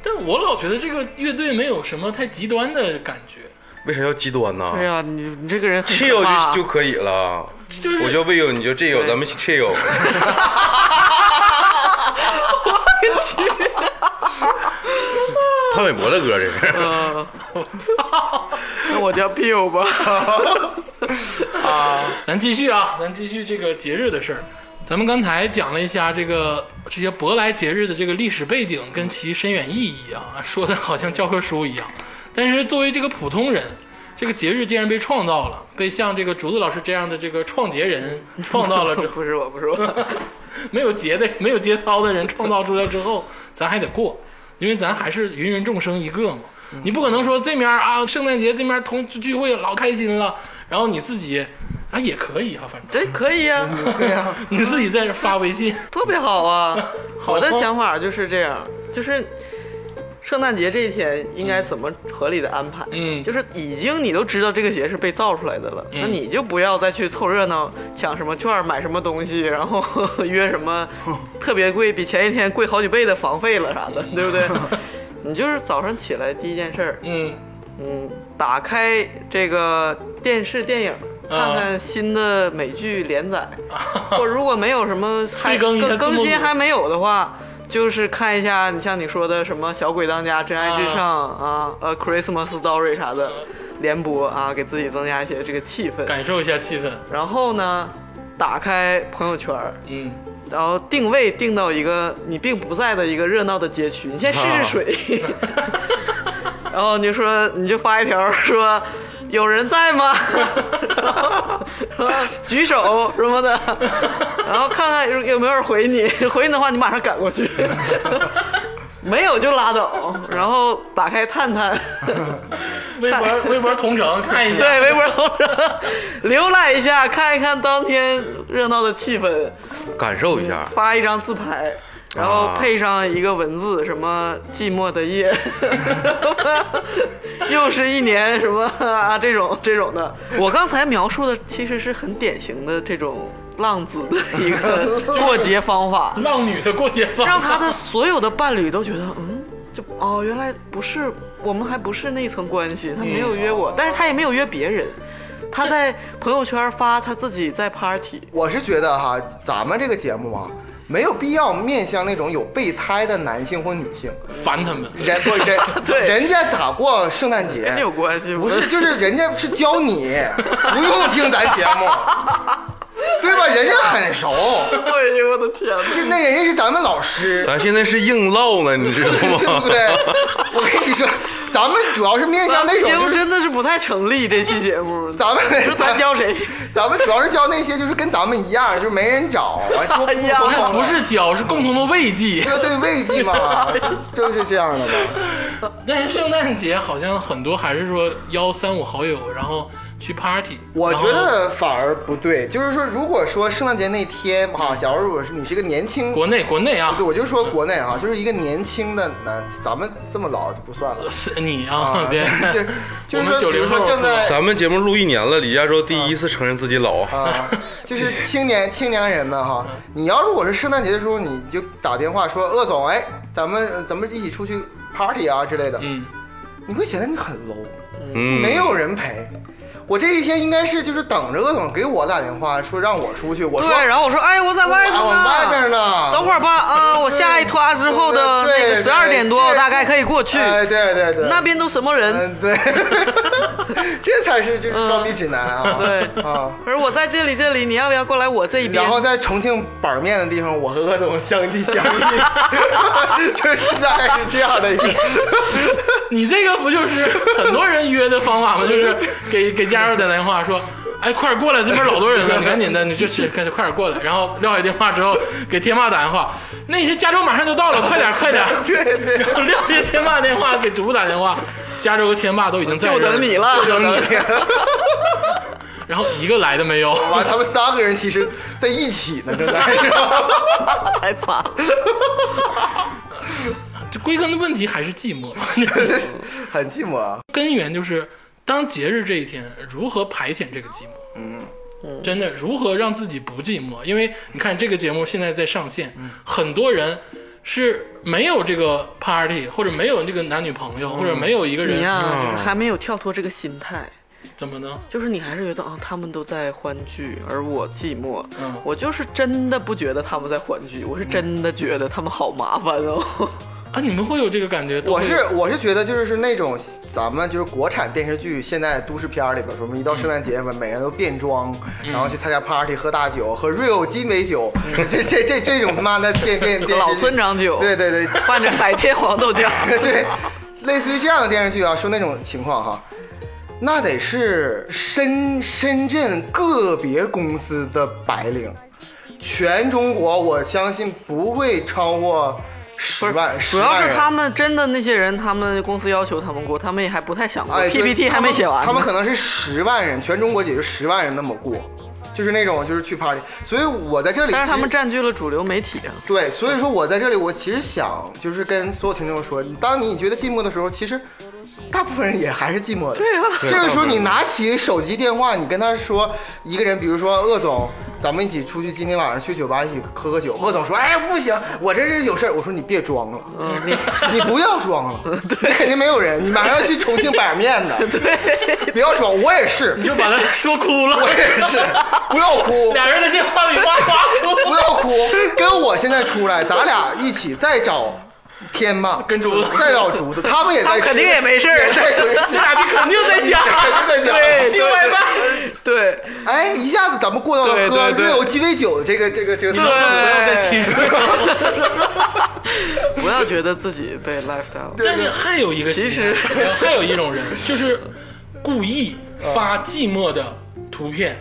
Speaker 2: 但我老觉得这个乐队没有什么太极端的感觉，
Speaker 4: 为啥要极端呢？
Speaker 3: 哎呀，你你这个人很
Speaker 4: 切
Speaker 3: 可
Speaker 4: 友
Speaker 3: 怕
Speaker 4: 就就可以了，
Speaker 2: 就是
Speaker 4: 我就 will 你就这友，咱们切 友。潘玮柏的歌这是。
Speaker 3: 嗯，那我叫 Bill 吧。
Speaker 2: 咱继续啊，咱继续这个节日的事儿。咱们刚才讲了一下这个这些舶来节日的这个历史背景跟其深远意义啊，说的好像教科书一样。但是作为这个普通人，这个节日既然被创造了，被像这个竹子老师这样的这个创节人创造 了之后，
Speaker 3: 不是我，不是我。
Speaker 2: 没有节的、没有节操的人创造出来之后，咱还得过，因为咱还是芸芸众生一个嘛。
Speaker 3: 嗯
Speaker 2: 你不可能说这面儿啊，圣诞节这面儿同聚会老开心了，然后你自己啊也可以啊，反正
Speaker 3: 这可以呀、
Speaker 5: 对呀，
Speaker 2: 你自己在这发微信，
Speaker 3: 特别好啊！
Speaker 2: 好
Speaker 3: 我的想法就是这样，就是圣诞节这一天应该怎么合理的安排？
Speaker 2: 嗯
Speaker 3: 就是已经你都知道这个节是被造出来的了，
Speaker 2: 嗯
Speaker 3: 那你就不要再去凑热闹，抢什么券儿、买什么东西，然后 约什么特别贵、比前一天贵好几倍的房费了啥的，对不对？你就是早上起来第一件事儿，
Speaker 2: 嗯
Speaker 3: 嗯，打开这个电视电影，
Speaker 2: 啊
Speaker 3: 看看新的美剧连载，或如果没有什么
Speaker 2: 催
Speaker 3: 还
Speaker 2: 更一下
Speaker 3: 更
Speaker 2: 字幕
Speaker 3: 更
Speaker 2: 组
Speaker 3: 新还没有的话，就是看一下你像你说的什么《小鬼当家》《真爱至上》啊，呃，《Christmas Story》啥的联播啊，给自己增加一些这个气氛。
Speaker 2: 感受一下气氛，
Speaker 3: 然后呢，打开朋友圈儿，
Speaker 2: 嗯，
Speaker 3: 然后定位定到一个你并不在的一个热闹的街区，你先试试水，然后你就说你就发一条说有人在吗？ 然后然后举手什么的，然后看看有有没有人回你，回你的话你马上赶过去，没有就拉倒，然后打开探探。
Speaker 2: 微博微博同城看一下，
Speaker 3: 对，微博同城浏览一下，看一看当天热闹的气氛，
Speaker 4: 感受一下，
Speaker 3: 发一张自拍，然后
Speaker 4: 啊
Speaker 3: 配上一个文字，什么寂寞的夜，又是一年什么啊这种这种的。我刚才描述的其实是很典型的这种浪子的一个过节方法，
Speaker 2: 浪女的过节放，
Speaker 3: 让他的所有的伴侣都觉得嗯。就哦，原来不是，我们还不是那层关系，他没有约我，但是他也没有约别人，他在朋友圈发他自己在 party，
Speaker 5: 我是觉得哈，咱们这个节目啊，没有必要面向那种有备胎的男性或女性，
Speaker 2: 烦他们，
Speaker 5: 人不人
Speaker 3: 对
Speaker 5: 人家咋过圣诞节
Speaker 3: 跟你有关系吗？
Speaker 5: 不是，就是人家是教你，不用听咱节目，对吧？人家很熟，
Speaker 3: 哎呦我的天哪！
Speaker 5: 是那人家是咱们老师，
Speaker 4: 咱现在是硬唠呢，你知道
Speaker 5: 对 不
Speaker 4: 吗？
Speaker 5: 对？我跟你说，咱们主要是面向那种
Speaker 3: 节目
Speaker 5: 就是
Speaker 3: 真的是不太成立，这期节目。
Speaker 5: 咱们
Speaker 3: 说咱教谁？
Speaker 5: 咱们主要是教那些就是跟咱们一样，就是没人找，完说
Speaker 3: 哎呀
Speaker 5: 疯
Speaker 2: 那
Speaker 5: 狂
Speaker 2: 不是教，是共同的慰藉。
Speaker 5: 这对慰藉嘛，就是这样的吧。
Speaker 2: 但是圣诞节好像很多还是说邀三五好友，然后去 party，
Speaker 5: 我
Speaker 2: 然
Speaker 5: 觉
Speaker 2: 后
Speaker 5: 得反而不对，就是说，如果说圣诞节那天哈，假如我是你是个年轻，
Speaker 2: 国内国内啊
Speaker 5: 对，，我就说国内哈，就是一个年轻的男，咱们这么老就不算了
Speaker 2: 是你
Speaker 5: 啊
Speaker 2: 啊，， 别，
Speaker 5: 就是 就
Speaker 2: 我们
Speaker 5: 是说，比
Speaker 2: 90
Speaker 5: 如
Speaker 2: 后
Speaker 5: 说正在
Speaker 4: 咱们节目录一年了，李佳洲第一次承认自己老，
Speaker 5: 啊，就是青年青年人们哈，
Speaker 3: 嗯
Speaker 5: 你要如果是圣诞节的时候，你就打电话说鄂总，哎，咱们呃咱们一起出去 party 啊之类的，
Speaker 2: 嗯，
Speaker 5: 你会显得你很 low，
Speaker 4: 嗯，
Speaker 5: 没有人陪。我这一天应该是就是等着鄂总给我打电话说让我出去，我
Speaker 3: 对
Speaker 5: 说，
Speaker 3: 然后我说，哎，我在外头
Speaker 5: 啊
Speaker 3: 呢，
Speaker 5: 我外边呢，
Speaker 3: 等会儿吧，啊，我下一拖之后的
Speaker 5: 对
Speaker 3: 那
Speaker 5: 对
Speaker 3: 个
Speaker 5: 对
Speaker 3: 十二点多，
Speaker 5: 这
Speaker 3: 我大概可以过去。
Speaker 5: 哎，对对对，
Speaker 3: 那边都什么人？
Speaker 5: 嗯对， 这才是就是装逼指南啊，
Speaker 3: 嗯对
Speaker 5: 啊。
Speaker 3: 我说我在这里，这里，你要不要过来我这一边
Speaker 5: 然？后在重庆板面的地方，我和鄂总相继相遇， 就是大概是这样的 一个。
Speaker 2: 你这个不就是很多人约的方法吗？就是给给家人打电话说，哎，快点过来，这边老多人了，你赶紧的，你就是开始快点过来。然后撂下电话之后，给天霸打电话，那你是加州马上就到了，快点快点。
Speaker 5: 对对
Speaker 2: 然后撂下天霸电话给主播打电话，加州和天霸都已经在这儿
Speaker 3: 就等你了
Speaker 2: 就 等你。然后一个来的没有，
Speaker 5: 完，他们三个人其实在一起呢，正在是吧哎
Speaker 3: 太惨了，
Speaker 2: 啊这归根的问题还是寂寞。
Speaker 5: 很寂寞啊。
Speaker 2: 根源就是当节日这一天，如何排遣这个寂寞？嗯，真的如何让自己不寂寞？因为你看这个节目现在在上线，
Speaker 5: 嗯
Speaker 2: 很多人是没有这个 party，或者没有这个男女朋
Speaker 5: 嗯
Speaker 2: 友，或者没有一个
Speaker 3: 你呀、
Speaker 2: 人
Speaker 3: 就是还没有跳脱这个心态。
Speaker 2: 怎么呢？
Speaker 3: 就是你还是觉得啊，他们都在欢聚，而我寂寞。
Speaker 2: 嗯
Speaker 3: 我就是真的不觉得他们在欢聚，我是真的觉得他们好麻烦哦。
Speaker 2: 啊，你们会有这个感觉？都
Speaker 5: 我
Speaker 2: 会有
Speaker 3: 嗯
Speaker 5: 是我是觉得就是是那种咱们就是国产电视剧现在都市片儿里边儿，什么一到圣诞节，每每人都变装，
Speaker 3: 嗯
Speaker 5: 然后去参加 party 喝大酒，喝 real 鸡尾酒，这这这这种他妈的电电电视剧
Speaker 3: 老村长酒
Speaker 5: 对对对
Speaker 3: 拌着海天黄豆酱，
Speaker 5: 对，类似于这样的电视剧啊，说那种情况哈。那得是深深圳个别公司的白领，全中国我相信不会超过
Speaker 3: 不
Speaker 5: 十
Speaker 3: 是
Speaker 5: 万，，
Speaker 3: 主
Speaker 5: 十
Speaker 3: 要
Speaker 5: 万
Speaker 3: 是
Speaker 5: 人。
Speaker 3: 他们真的那些人，他们公司要求他们过，他们也还不太想过
Speaker 5: 哎对
Speaker 3: ，PPT 还没写完呢
Speaker 5: 他们。他们可能是十万人，全中国也就十万人那么过，就是那种就是去 party。所以我在这里，
Speaker 3: 但是他们
Speaker 5: 其实
Speaker 3: 占据了主流媒体啊，
Speaker 5: 对，所以说我在这里，我其实想就是跟所有听众说，当你觉得寂寞的时候，其实大部分人也还是寂寞的。
Speaker 3: 对啊，
Speaker 5: 这个时候你拿起手机电话，你跟他说一个人，比如说鄂总，咱们一起出去，今天晚上去酒吧一起喝喝酒。鄂总说，哎，不行，我这是有事儿。我说你别装了，你不要装了，你肯定没有人，你马上要去重庆板面的，不要装，我也是
Speaker 2: 你，就把他说哭
Speaker 5: 我
Speaker 2: 了，
Speaker 5: 也是，不要哭。
Speaker 2: 俩人在电话里哇哇
Speaker 5: 不
Speaker 2: 哭，
Speaker 5: 要哭，跟我现在出来，咱俩一起再找天吧，
Speaker 2: 跟竹子
Speaker 5: 再找竹子，他们也在吃，
Speaker 3: 肯定也没事儿
Speaker 5: 也在吃，
Speaker 2: 这俩就肯定在家，
Speaker 5: 肯定在家
Speaker 2: 对，订外卖。
Speaker 3: 对，
Speaker 5: 哎，一下子咱们过到了
Speaker 3: 对
Speaker 5: 喝
Speaker 3: 对对
Speaker 5: 热有鸡尾酒的这个这个这个
Speaker 2: 不要再提这个。
Speaker 3: 不要觉得自己 被 left out。
Speaker 2: 但是还有一个心态，
Speaker 3: 其实
Speaker 2: 还有一种人就是故意发寂寞的图片，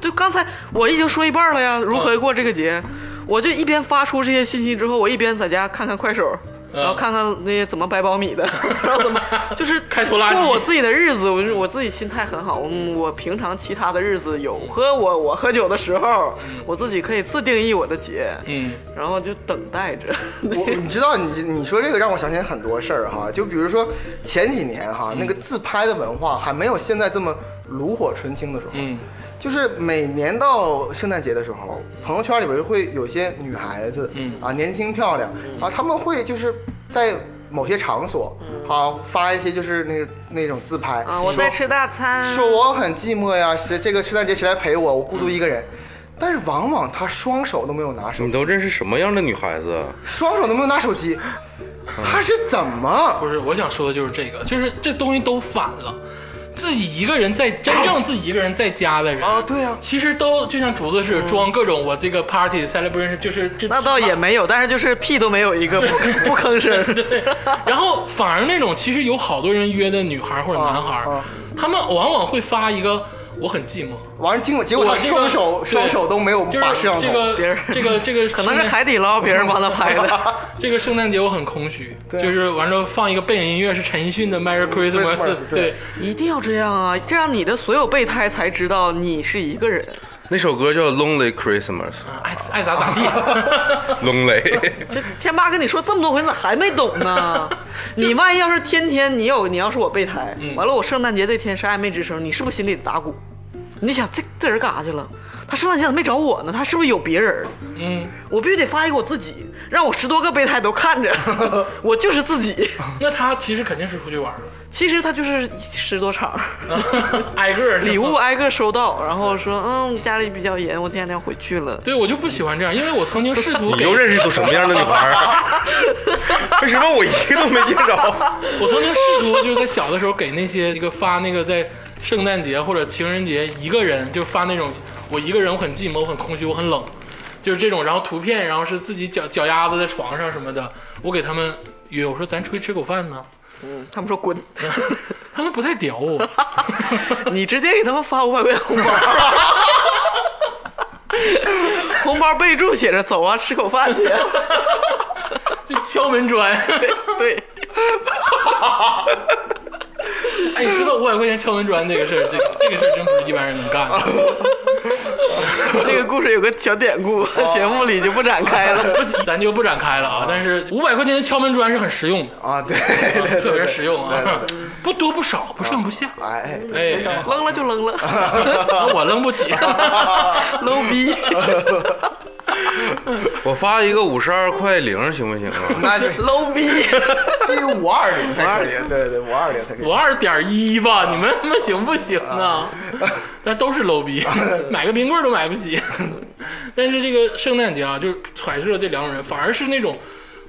Speaker 3: 就刚才我已经说一半了呀，如何过这个节？我就一边发出这些信息之后，我一边在家看看快手，
Speaker 2: 嗯
Speaker 3: 然后看看那些怎么掰苞米的，然后怎么就是
Speaker 2: 开拖拉机
Speaker 3: 过我自己的日子，我就我自己心态很好。嗯，我平常其他的日子有喝我我喝酒的时候，我自己可以自定义我的节，
Speaker 2: 嗯，
Speaker 3: 然后就等待着。
Speaker 5: 我你知道你你说这个让我想起来很多事儿哈，就比如说前几年哈，那个自拍的文化还没有现在这么炉火纯青的时候，
Speaker 2: 嗯，
Speaker 5: 就是每年到圣诞节的时候，朋友圈里边会有些女孩子，
Speaker 2: 嗯
Speaker 5: 啊，年轻漂亮啊，她们会就是在某些场所啊发一些就是那那种自拍
Speaker 3: 啊，我
Speaker 5: 说
Speaker 3: 在吃大餐。
Speaker 5: 说我很寂寞呀，是这个圣诞节谁来陪我？我孤独一个人。但是往往他双手都没有拿手
Speaker 4: 你，都认识什么样的女孩子啊？
Speaker 5: 双手都没有拿手机，他是怎么？
Speaker 2: 不是，我想说的就是这个，就是这东西都反了。自己一个人在真正自己一个人在家的人，
Speaker 5: 啊，对呀、
Speaker 2: 其实都就像竹子似的，装各种我这个 party celebration，就是就
Speaker 3: 那倒也没有，但是就是屁都没有一个不不吭声。
Speaker 2: 然后反而那种其实有好多人约的女孩或者男孩
Speaker 5: 啊啊，
Speaker 2: 他们往往会发一个我很寂寞，
Speaker 5: 完了结果结果
Speaker 2: 我
Speaker 5: 他
Speaker 2: 这个
Speaker 5: 双手
Speaker 2: 对
Speaker 5: 双手都没有
Speaker 2: 就
Speaker 5: 把
Speaker 2: 是
Speaker 5: 摄像头，
Speaker 2: 这个
Speaker 3: 别人
Speaker 2: 这个这 个
Speaker 3: 可能是海底捞别人帮他拍的。
Speaker 2: 这个圣诞节我很空虚，
Speaker 5: 对
Speaker 2: 就是完了放一个背景音乐是陈奕迅的《Merry Christmas》，
Speaker 5: Christmas，
Speaker 2: 对
Speaker 5: 对，
Speaker 3: 一定要这样啊！这样你的所有备胎才知道你是一个人。
Speaker 4: 那首歌叫《Lonely Christmas
Speaker 2: 爱爱咋咋 地。》
Speaker 4: ，Lonely。
Speaker 3: 这天妈跟你说这么多回，你咋还没懂 呢？你万一要是天天你有，你要是我备胎，完了我圣诞节这天啥也没吱声，你是不是心里得打鼓？你想这这人干啥去了？他圣诞节咋没找我呢？他是不是有别人儿？
Speaker 2: 嗯，
Speaker 3: 我必须得发一个我自己，让我十多个备胎都看着， 我就是自己。
Speaker 2: 那他其实肯定是出去玩了，
Speaker 3: 其实他就是十多场。
Speaker 2: 挨个儿是吧
Speaker 3: 礼物。挨个收到，然后说，嗯，家里比较严，我今天要回去了。
Speaker 2: 对，我就不喜欢这样，因为我曾经试图
Speaker 4: 你
Speaker 2: 给
Speaker 4: 又认识都什么样的女孩儿？ 为什么我一个都没见着？
Speaker 2: 我曾经试图就是在小的时候给那些一个发那个在圣诞节或者情人节一个人就发那种我一个人我很寂寞我很空虚我很冷，就是这种，然后图片，然后是自己脚脚丫子在床上什么的，我给他们约，我说咱出去吃口饭呢，
Speaker 3: 嗯他们说滚，
Speaker 2: 他们不太屌我，
Speaker 3: 你直接给他们发五百块钱红包， 红包备注写着走啊，吃口饭去。
Speaker 2: 就敲门砖。
Speaker 3: 对，
Speaker 2: 哎，你说到五百块钱敲门砖这个事儿，这个这个事儿真不是一般人能干的。
Speaker 3: 这个故事有个小典故，节目里就不展开了。
Speaker 2: 不，咱就不展开了啊。但是五百块钱的敲门砖是很实用的，
Speaker 5: 啊，对 对对
Speaker 2: 特别实用啊， 不多不少，不上不下。
Speaker 5: 哎，
Speaker 2: 哎，
Speaker 3: 扔了就扔 了，
Speaker 2: 那我扔不起。
Speaker 3: low 逼。
Speaker 4: 我发一个五十二块零行不行啊？
Speaker 5: 那就
Speaker 3: low 逼，
Speaker 5: 必须哎五二零才可以，对对，五二零才可以。
Speaker 2: 五二点一吧，你们他妈行不行啊？ 但都是 low 逼，
Speaker 5: 啊
Speaker 2: 买个冰棍儿都 买不起。但是这个圣诞节啊，就是揣测了这两种人，反而是那种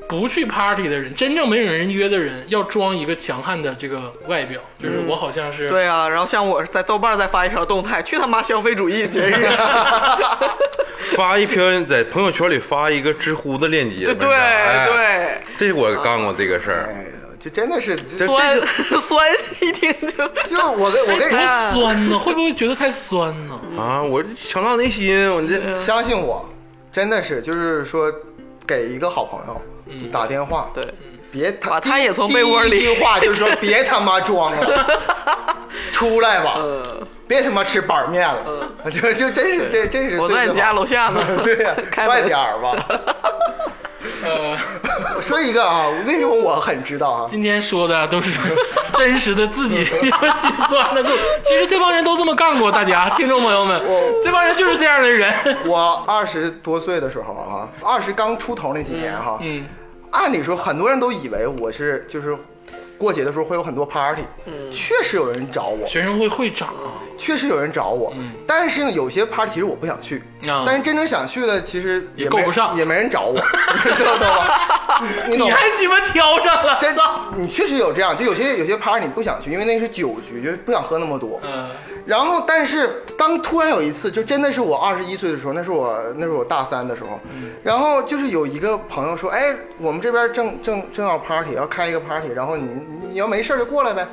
Speaker 2: 不去 party 的人，真正没有人约的人，要装一个强悍的这个外表，
Speaker 5: 嗯
Speaker 2: 就是我好像是、
Speaker 3: 对啊，然后像我在豆瓣再发一条动态，去他妈消费主义节 日，
Speaker 4: 发一篇在朋友圈里发一个知乎的链接，
Speaker 3: 对
Speaker 4: 文章哎
Speaker 3: 对，
Speaker 4: 这我干过这个事儿，
Speaker 5: 哎呀，就真的是，就
Speaker 4: 这
Speaker 3: 酸 酸一听就
Speaker 5: 就是我跟我
Speaker 3: 哎
Speaker 5: 跟
Speaker 2: 多
Speaker 5: 你
Speaker 2: 酸呢？会不会觉得太酸呢？
Speaker 4: 啊，
Speaker 3: 嗯
Speaker 4: 我这强大内心，我这
Speaker 5: 相信我，真的是就是说，给一个好朋
Speaker 2: 嗯
Speaker 5: 友打电话，
Speaker 3: 对，
Speaker 5: 别他
Speaker 3: 把他也从
Speaker 5: 第
Speaker 3: 被窝里
Speaker 5: 第一句话就是 说别他妈装了，出来吧，
Speaker 3: 呃，
Speaker 5: 别他妈吃板面了，就就真是 这真是
Speaker 3: 嗯我
Speaker 5: 最
Speaker 3: 在你
Speaker 5: 最
Speaker 3: 家
Speaker 5: 好，
Speaker 3: 楼下呢
Speaker 5: 对呀，
Speaker 3: 开
Speaker 5: 快
Speaker 3: 门
Speaker 5: 点儿 吧。
Speaker 2: 呃，
Speaker 5: 我 说一个啊，为什么我很知道啊？
Speaker 2: 今天说的都是 真实的自己 心酸的故事。其实这帮人都这么干过，大家听众朋友们，这帮人就是这样的人。
Speaker 5: 我二十多岁的时候啊，二十刚出头那几年哈、
Speaker 2: 嗯，
Speaker 5: 按理说很多人都以为我是就是过节的时候会有很多 party，、确
Speaker 3: 嗯
Speaker 5: 实有人找我，
Speaker 2: 学生会会长，啊
Speaker 5: 确实有人找我，但是呢，有些 party 其实我不想去，
Speaker 2: 嗯啊
Speaker 5: 但是真正想去的其实
Speaker 2: 也
Speaker 5: 没
Speaker 2: 够不上
Speaker 5: 也没人找 我， 懂懂吧？你懂
Speaker 2: 你
Speaker 5: 吗？
Speaker 2: 还鸡巴挑上了，
Speaker 5: 真的，你确实有这样，就有些有些 party 你不想去，因为那是酒局，就是不想喝那么多。
Speaker 2: 嗯、
Speaker 5: 然后，但是当突然有一次，就真的是我二十一岁的时候，那是我那是我大三的时候，然后就是有一个朋友说，哎，我们这边正正正要 party，要开一个 party，然后你你要没事儿就过来呗。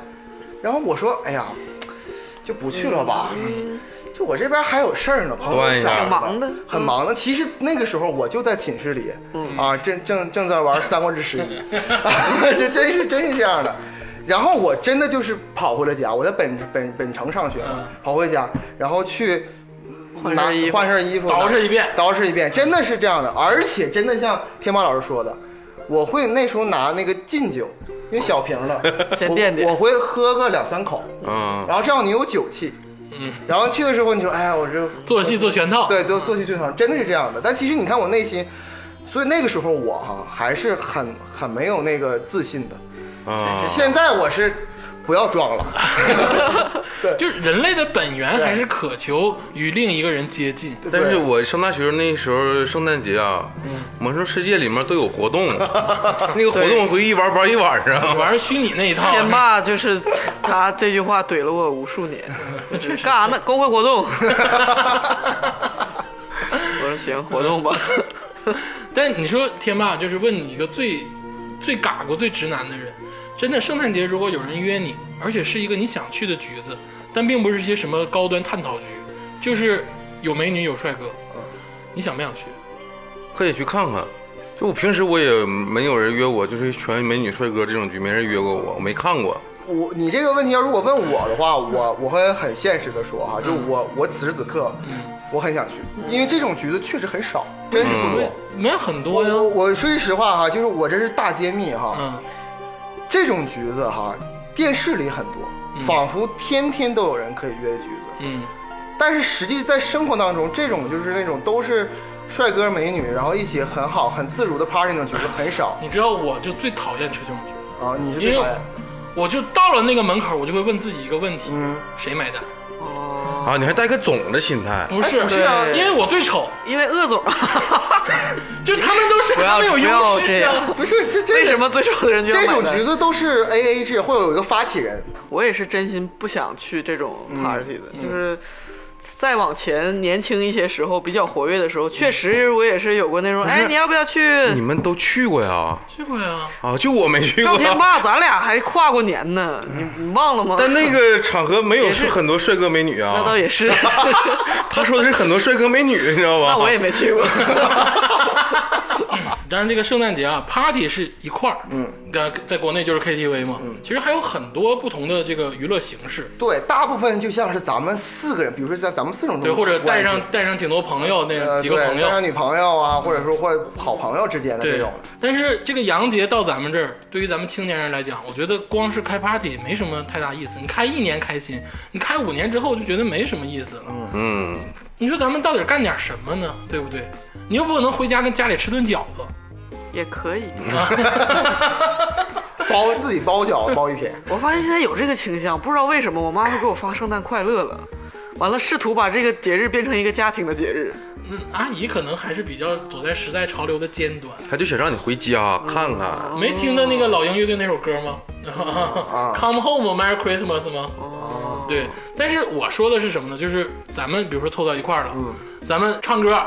Speaker 5: 然后我说，哎呀，就不去了吧，就我这边还有事儿呢，朋
Speaker 4: 端
Speaker 5: 友
Speaker 4: 一下
Speaker 3: 嗯
Speaker 4: 很
Speaker 5: 讲
Speaker 3: 忙的
Speaker 5: 很忙的。其实那个时候我就在寝室里，
Speaker 3: 嗯
Speaker 5: 啊，正正正在玩《三国志十一》 啊，这真是真是这样的。然后我真的就是跑回了家，我在本本本城上学嘛
Speaker 2: 嗯，
Speaker 5: 跑回家，然后去
Speaker 3: 换
Speaker 5: 拿
Speaker 3: 身衣服，
Speaker 5: 换身衣服，
Speaker 2: 捯饬一遍
Speaker 5: 捯饬一遍，真的是这样的。而且真的像天猫老师说的，我会那时候拿那个劲酒，因为小瓶的
Speaker 3: 先垫垫
Speaker 5: 我我会喝个两三口，
Speaker 4: 嗯，
Speaker 5: 然后这样你有酒气。
Speaker 2: 嗯，
Speaker 5: 然后去的时候你说，哎呀，我这
Speaker 2: 做戏做全套。
Speaker 5: 对，都做戏最好，真的是这样的。但其实你看我内心，所以那个时候我哈、还是很很没有那个自信的。
Speaker 3: 哦
Speaker 4: 啊，
Speaker 5: 现在我是不要 装了，
Speaker 2: 就是人类的本源还是渴求与另一个人接近。
Speaker 5: 对
Speaker 4: 但是我上大学那时候圣诞节啊，
Speaker 3: 嗯
Speaker 4: 魔兽世界里面都有活动， 那个活动回一玩玩一晚上，
Speaker 2: 玩虚拟那一套，
Speaker 3: 天霸就是他这句话怼了我无 数年，就是干啥呢？公会活动。我说行，活动吧。
Speaker 2: 但你说天霸，就是问你一个最最嘎过、最直男的人，真的圣诞节如果有人约你，而且是一个你想去的局子，但并不是一些什么高端探讨局，就是有美女有帅哥，你想不想去？
Speaker 4: 可以去看看。就我平时我也没有人约我，就是全美女帅哥这种局没人约过我，我没看过。
Speaker 5: 我你这个问题要如果问我的话，我我会很现实的说哈、就
Speaker 3: 嗯
Speaker 5: 我我此时此刻，我很想去，因为这种局子确实很少，真是不
Speaker 3: 嗯
Speaker 5: 多。
Speaker 2: 没有很
Speaker 5: 我
Speaker 2: 多
Speaker 5: 我
Speaker 3: 哦
Speaker 2: 呀，
Speaker 5: 我说句实话哈、就是我这是大揭秘哈、
Speaker 2: 嗯，
Speaker 5: 这种局子哈、电视里很
Speaker 3: 嗯
Speaker 5: 多，仿佛天天都有人可以约的局子，
Speaker 2: 嗯，
Speaker 5: 但是实际在生活当中，这种就是那种都是帅哥美女，然后一起很好、很自如的 party 那种局子很少
Speaker 2: 你知道我就最讨厌去这种局，
Speaker 5: 啊。你是
Speaker 2: 因
Speaker 5: 最
Speaker 2: 为
Speaker 3: 哎
Speaker 5: 讨厌？
Speaker 2: 我就到了那个门口，我就会问自己一个问题：
Speaker 5: 嗯，
Speaker 2: 谁买
Speaker 3: 哎
Speaker 2: 单？
Speaker 3: 哦，
Speaker 4: 啊，你还带个总的心态，
Speaker 2: 不是，
Speaker 5: 不是啊
Speaker 2: 因为我最丑，
Speaker 3: 因 为鄂总，
Speaker 2: 就他们都是
Speaker 3: 不
Speaker 2: 他
Speaker 3: 要
Speaker 2: 们有
Speaker 3: 不
Speaker 2: 优
Speaker 3: 要
Speaker 2: 势
Speaker 3: 这
Speaker 2: 啊。
Speaker 3: 样。
Speaker 5: 不是这这
Speaker 3: 为什么最丑的人就要
Speaker 5: 这种
Speaker 3: 买单
Speaker 5: 局子都是 A A 制，会有一个发起人，
Speaker 3: 我也是真心不想去这种
Speaker 2: 嗯
Speaker 3: party 的，就是再往前年轻一些时候，比较活跃的时候，确实我也是有过那
Speaker 2: 嗯
Speaker 3: 种， 哎，你要不要去？
Speaker 4: 你们都去过呀？
Speaker 2: 去过呀，
Speaker 4: 啊，就我没去
Speaker 3: 赵
Speaker 4: 过。
Speaker 3: 天 霸，咱俩还跨过年呢，
Speaker 2: 嗯
Speaker 3: 你你忘了吗？
Speaker 4: 但那个场合没有是
Speaker 3: 是
Speaker 4: 很多帅哥美女
Speaker 3: 那
Speaker 4: 啊
Speaker 3: 倒，也是，
Speaker 4: 他说的是很多帅哥美女，你知道吧？
Speaker 3: 那我也没去过。
Speaker 2: 当然，这个圣诞节啊，party 是一块儿，嗯，在在国内就是 KTV 嘛，
Speaker 5: 嗯
Speaker 2: 其实还有很多不同的这个娱乐形式，
Speaker 5: 对，大部分就像是咱们四个人，比如说像咱们四种
Speaker 2: 对，或者带
Speaker 5: 关系
Speaker 2: 上带上挺多朋友那
Speaker 5: 呃
Speaker 2: 几个
Speaker 5: 对
Speaker 2: 朋
Speaker 5: 带上
Speaker 2: 友，嗯
Speaker 5: 女朋友啊，或者说或者好朋友之间的这
Speaker 2: 对
Speaker 5: 种。。
Speaker 2: 但是这个洋节到咱们这儿，对于咱们青年人来讲，我觉得光是开 party 没什么太大意思，你开一年开心，你开五年之后就觉得没什么意思了。
Speaker 4: 嗯，
Speaker 2: 你说咱们到底干点什么呢？对不对？你又不可能回家跟家里吃顿饺子。
Speaker 3: 也可以，
Speaker 5: 包自己包饺子包一天，
Speaker 3: 我发现现在有这个倾向，不知道为什么，我妈都给我发圣诞快乐了。完了试图把这个节日变成一个家庭的节日。
Speaker 2: 嗯，阿姨可能还是比较走在时代潮流的尖端。
Speaker 4: 他就想让你回家
Speaker 3: 嗯
Speaker 4: 看看。
Speaker 2: 没听着那个老鹰乐队那首歌吗、c
Speaker 3: 啊
Speaker 2: o m e Home Merry Christmas 吗？
Speaker 3: 哦，
Speaker 2: 对，但是我说的是什么呢？就是咱们比如说凑到一块儿了，
Speaker 3: 嗯
Speaker 2: 咱们唱歌，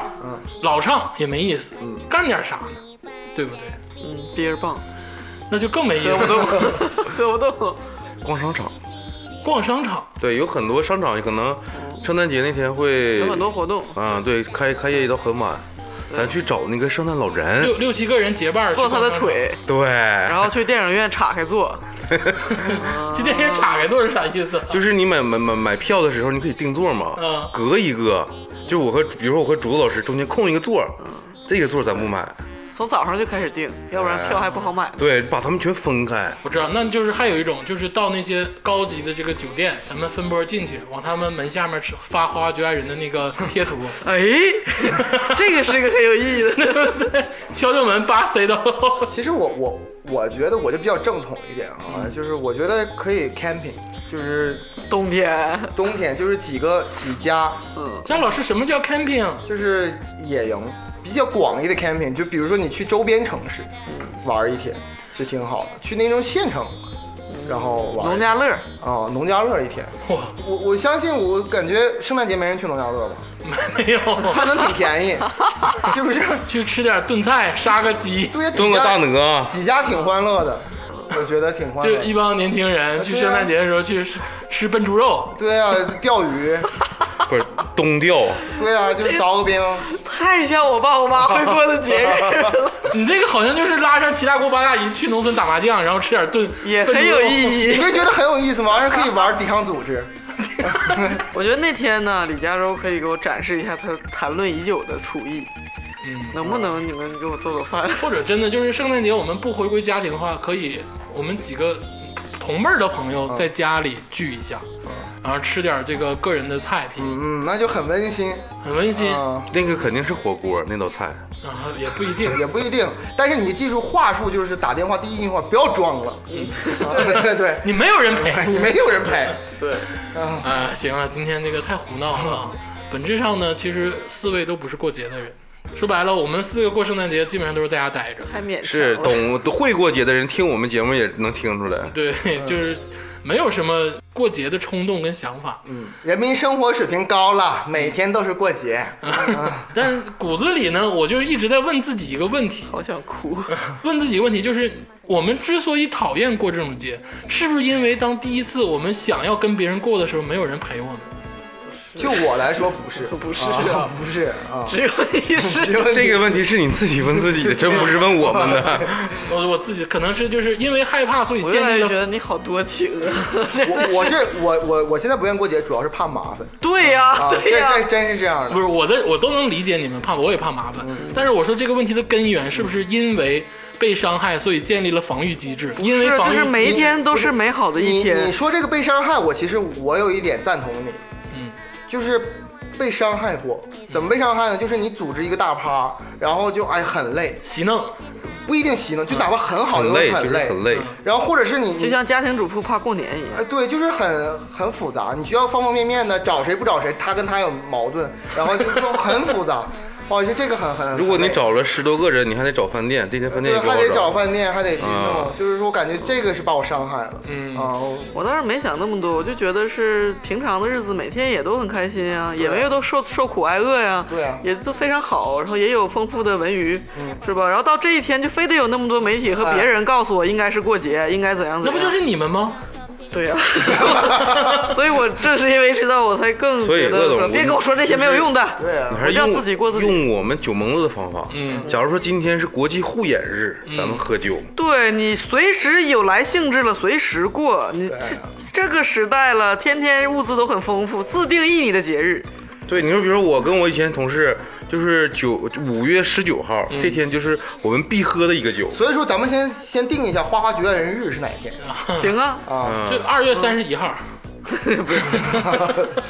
Speaker 2: 老唱也没意思，干点啥呢？对不对？
Speaker 3: 嗯，憋着棒，
Speaker 2: 那就更没意思
Speaker 3: 喝不
Speaker 2: 了。
Speaker 3: 动，喝不动。
Speaker 4: 逛商场，
Speaker 2: 逛商场，
Speaker 4: 对，有很多商场可能圣诞节那天会
Speaker 3: 有很多活动，
Speaker 4: 啊，对，开开业到很晚，咱去找那个圣诞老人，
Speaker 2: 六六七个人结伴儿去
Speaker 3: 嗯坐他的
Speaker 2: 逛商场，
Speaker 3: 腿，
Speaker 4: 对，
Speaker 3: 然后去电影院岔开 坐。
Speaker 2: 去电影岔开坐是啥意思？ 啊
Speaker 4: 就是你买买买买票的时候，你可以定座嘛，
Speaker 2: 嗯
Speaker 4: 隔一个，就是我和比如说我和竹子老师中间空一个座，
Speaker 3: 嗯
Speaker 4: 这个座咱不买，
Speaker 3: 从早上就开始订，要不然票还不好买。
Speaker 4: 对，把他们全分开，
Speaker 2: 我知道，那就是还有一种，就是到那些高级的这个酒店，咱们分波进去，往他们门下面吃发《花花绝爱人》的那个贴 图，
Speaker 3: 哎，这个是个很有意义的。
Speaker 2: 敲敲门，叭塞到。
Speaker 5: 其实我我我觉得我就比较正统一点啊，
Speaker 2: 嗯
Speaker 5: 就是我觉得可以 camping，就是
Speaker 3: 冬天，
Speaker 5: 冬天就是几个几家，
Speaker 3: 嗯，
Speaker 2: 张老师，什么叫 camping？
Speaker 5: 就是野营，比较广义的 camping，就比如说你去周边城市玩一天，其实挺好的，去那种县城，然后玩
Speaker 3: 农家乐，
Speaker 5: 啊、农家乐一天。
Speaker 2: 哇，
Speaker 5: 我我相信，我感觉圣诞节没人去农家乐吧？
Speaker 2: 没有，
Speaker 5: 还能挺便宜，是不是？
Speaker 2: 去吃点炖菜，杀个鸡，
Speaker 5: 对呀，
Speaker 4: 炖
Speaker 5: 几
Speaker 4: 个大啊
Speaker 5: 家
Speaker 4: 鹅，
Speaker 5: 几家挺欢乐的，我觉得挺欢
Speaker 2: 就
Speaker 5: 乐
Speaker 2: 一
Speaker 5: 的。
Speaker 2: 帮年轻
Speaker 3: 啊
Speaker 2: 人去圣诞节的时候去吃吃笨猪肉，
Speaker 5: 对呀、钓鱼，
Speaker 4: 不是东调，
Speaker 5: 对呀、就是凿个冰。
Speaker 3: 太像我爸我妈会过的节日了，
Speaker 2: 你这个好像就是拉上七大姑八大姨去农村打麻将，然后吃点炖，
Speaker 3: 也很有
Speaker 2: 义。
Speaker 3: 意
Speaker 5: 你
Speaker 3: 义。
Speaker 5: 没觉得很有意思吗？而且可以玩抵抗组织，
Speaker 3: 我觉得那天呢，李佳州可以给我展示一下他谈论已久的厨艺，
Speaker 2: 嗯，
Speaker 3: 能不能你们给我做做饭？
Speaker 2: 或者真的就是圣诞节我们不回归家庭的话，可以我们几个同辈儿的朋
Speaker 3: 嗯
Speaker 2: 友在家里聚一下，然后吃点这个个人的菜品，
Speaker 5: 嗯，那就很温馨
Speaker 3: 嗯
Speaker 2: 很温馨啊，
Speaker 5: 啊、
Speaker 4: 那个肯定是火锅那道菜，
Speaker 2: 也不一定。
Speaker 5: 嗯也不一定。但是你记住话术，就是打电话第一句话不要装了，
Speaker 2: 嗯
Speaker 5: 对对对，
Speaker 2: 你没有人陪，
Speaker 5: 你没有人陪，
Speaker 3: 对，
Speaker 5: 啊，
Speaker 2: 啊，行啊，今天这个太胡闹了啊。本质上呢，其实四位都不是过节的人。说白了，我们四个过圣诞节基本上都是在家待着。
Speaker 3: 太勉强了。
Speaker 4: 是懂会过节的人听我们节目也能听出 来，
Speaker 2: 对，
Speaker 3: 嗯
Speaker 2: 就是没有什么过节的冲动跟想法，
Speaker 5: 嗯，人民生活水平高了，每天都是过节，
Speaker 2: 但骨子里呢，我就一直在问自己一个问题，
Speaker 3: 好想哭。
Speaker 2: 问自己一个问题就是，我们之所以讨厌过这种节，是不是因为当第一次我们想要跟别人过的时候，没有人陪我们？
Speaker 5: 就我来说不是，
Speaker 3: 不是啊
Speaker 5: 啊，不是啊，
Speaker 3: 只有你 是
Speaker 4: 这个问题是你自己问自己的，真不是问我们的，
Speaker 2: 我我自己可能是就是因为害怕，所以
Speaker 3: 我越
Speaker 2: 建
Speaker 3: 来
Speaker 2: 立
Speaker 3: 越
Speaker 2: 了
Speaker 3: 觉得你好多情啊！
Speaker 5: 我我是我我我现在不愿意过节，主要是怕麻 烦
Speaker 3: 对呀、
Speaker 5: 啊，这
Speaker 3: 对呀、
Speaker 5: 这真是这样
Speaker 2: 不
Speaker 5: 的。
Speaker 2: 是我的，我都能理解你们怕，我也怕麻烦。
Speaker 3: 嗯
Speaker 2: 但是我说这个问题的根源是不是因为被伤害，所以建立了防御机制？因为
Speaker 3: 是
Speaker 2: 防
Speaker 3: 就
Speaker 2: 御
Speaker 3: 是每一天都是美好的一
Speaker 5: 你
Speaker 3: 天
Speaker 5: 你。说这个被伤害，我其实我有一点赞同你，
Speaker 2: 嗯，
Speaker 5: 就是被伤害过，怎么被伤害呢？就是你组织一个大趴，然后就哎很累，
Speaker 2: 洗弄，
Speaker 5: 不一定洗呢，就哪怕很好
Speaker 4: 很
Speaker 5: 也
Speaker 4: 累，
Speaker 5: 会
Speaker 4: 就是
Speaker 5: 累，
Speaker 4: 很累。
Speaker 5: 然后或者是你
Speaker 3: 嗯就像家庭主妇怕过年一样，
Speaker 5: 哎，对，就是很很复杂，你需要方方面面的找谁不找谁，他跟他有矛盾，然后就就很复杂。 哦，就这个很很。
Speaker 4: 如果你
Speaker 5: 很累
Speaker 4: 找了十多个人，你还得找饭店，这些饭店
Speaker 5: 对，
Speaker 4: 也不
Speaker 5: 还
Speaker 4: 好
Speaker 5: 得找饭店，还得去
Speaker 4: 啊
Speaker 5: 弄，就是说我感觉这个是把我伤害了。
Speaker 2: 嗯
Speaker 5: 啊，我
Speaker 3: 我倒是没想那么多，我就觉得是平常的日子，每天也都很开心啊，也没有都受受苦挨饿呀、
Speaker 5: 对啊嗯
Speaker 3: 也都非常好，然后也有丰富的文娱，是吧？然后到这一天就非得有那么多媒体和
Speaker 5: 哎
Speaker 3: 别人告诉我应该是过节，应该怎样
Speaker 2: 那
Speaker 3: 怎
Speaker 2: 不
Speaker 3: 样，
Speaker 2: 就是你们吗？
Speaker 3: 对 呀、所以我正是因为知道，我才更
Speaker 4: 所以
Speaker 3: 觉得
Speaker 4: 鄂总
Speaker 3: 说别跟我说这些没有用的，
Speaker 5: 对啊
Speaker 4: 你，
Speaker 3: 嗯
Speaker 4: 还是
Speaker 3: 我
Speaker 4: 用
Speaker 3: 叫自己过自己
Speaker 4: 用我们酒蒙子的方法。
Speaker 2: 嗯
Speaker 4: 假如说今天是国际护眼日，咱们喝酒。
Speaker 3: 对你随时有来兴致了，随时过。你
Speaker 5: 啊
Speaker 3: 这这个时代了，天天物资都很丰富，自定义你的节日。
Speaker 4: 对，你说，比如说我跟我以前同事，就是九五月十九号、这天，就是我们必喝的一个酒。
Speaker 5: 所以说咱们先先定一下花花绝爱人日是哪一天
Speaker 3: 行啊，
Speaker 5: 啊？
Speaker 4: 嗯
Speaker 2: 就二月三十一号，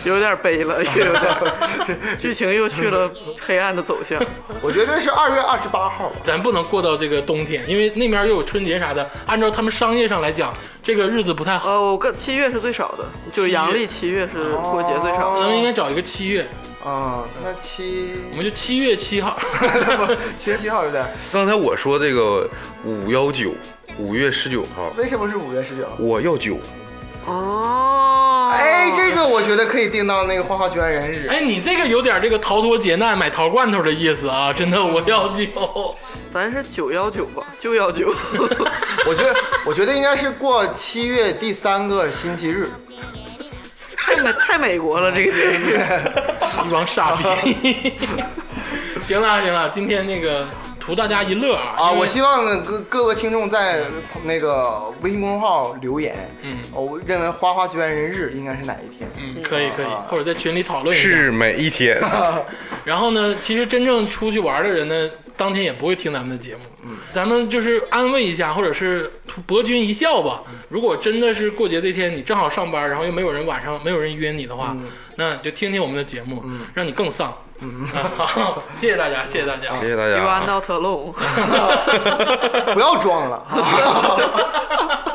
Speaker 3: 有点悲了，又有点剧情又去了黑暗的走向。
Speaker 5: 我觉得是二月二十八号吧。
Speaker 2: 咱不能过到这个冬天，因为那面又有春节啥的。按照他们商业上来讲，这个日子不太好。
Speaker 3: 呃，我跟七月是最少的，就是阳历七月是过节最少的。
Speaker 2: 咱们应该找一个七月，
Speaker 5: 啊、那七
Speaker 2: 我们就七月七号。
Speaker 5: 七月七号有点，
Speaker 4: 刚才我说这个五幺九，五月十九号，
Speaker 5: 为什么是五月十九？
Speaker 4: 我要酒。
Speaker 3: 哦，
Speaker 5: 哎，这个我觉得可以定到那个花花学院人日。
Speaker 2: 哎，你这个有点这个逃脱劫难买桃罐头的意思啊！真的，我要酒。
Speaker 3: 咱是九幺九吧，就幺九。
Speaker 5: 我觉得，我觉得应该是过七月第三个星期日。
Speaker 3: 太美太美国了，这个节日。
Speaker 2: 一帮傻逼。 行了行了，今天那个图大家一乐啊
Speaker 5: 啊，
Speaker 2: 因为
Speaker 5: 我希望呢各各个听众在那个微信公众号留言，
Speaker 2: 嗯
Speaker 5: 哦，我认为花花学院人日应该是哪一天？
Speaker 2: 嗯，可以可以，或者在群里讨论一下。
Speaker 4: 是每一天，
Speaker 2: 然后呢，其实真正出去玩的人呢，当天也不会听咱们的节目。嗯，咱们就是安慰一下，或者是博君一笑吧。如果真的是过节这天你正好上班，然后又没有人晚上没有人约你的话，那你就听听我们的节目，让你更丧。嗯、好，谢谢大家，谢谢大家。
Speaker 4: 谢谢大
Speaker 3: You
Speaker 4: 家
Speaker 3: are
Speaker 4: 啊。
Speaker 3: not alone。
Speaker 5: 不要装了，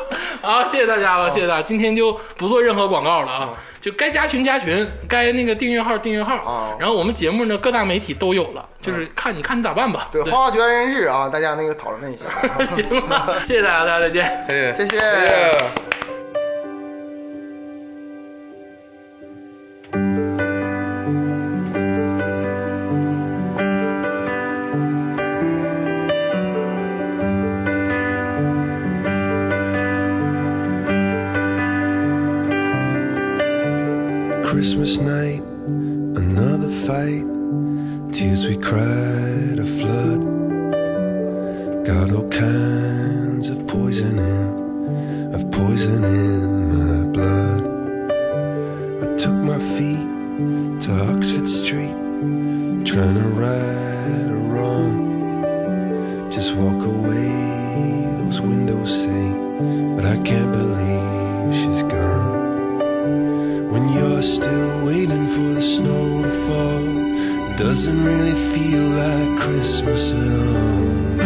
Speaker 2: 好，谢谢大家了，谢谢大家，今天就不做任何广告了啊，就该加群加群，该那个订阅号订阅号，
Speaker 5: 哦
Speaker 2: 然后我们节目呢各大媒体都有了，就是看你看你咋办吧。
Speaker 5: 对，
Speaker 2: 对，
Speaker 5: 花花学院人日啊，大家那个讨论一下，
Speaker 2: 行了，谢谢大家，大家再见。
Speaker 4: 谢
Speaker 5: 谢谢。
Speaker 4: 谢
Speaker 7: Christmas night, another fight. Tears we cried, a flood. Got all kinds of poison in, of poison in my blood. I took my feet to Oxford Street, trying to right a wrong. Just walk away, those windows say, but I can't believe she's gone when you're still waiting for the snow to fall. Doesn't really feel like Christmas at all.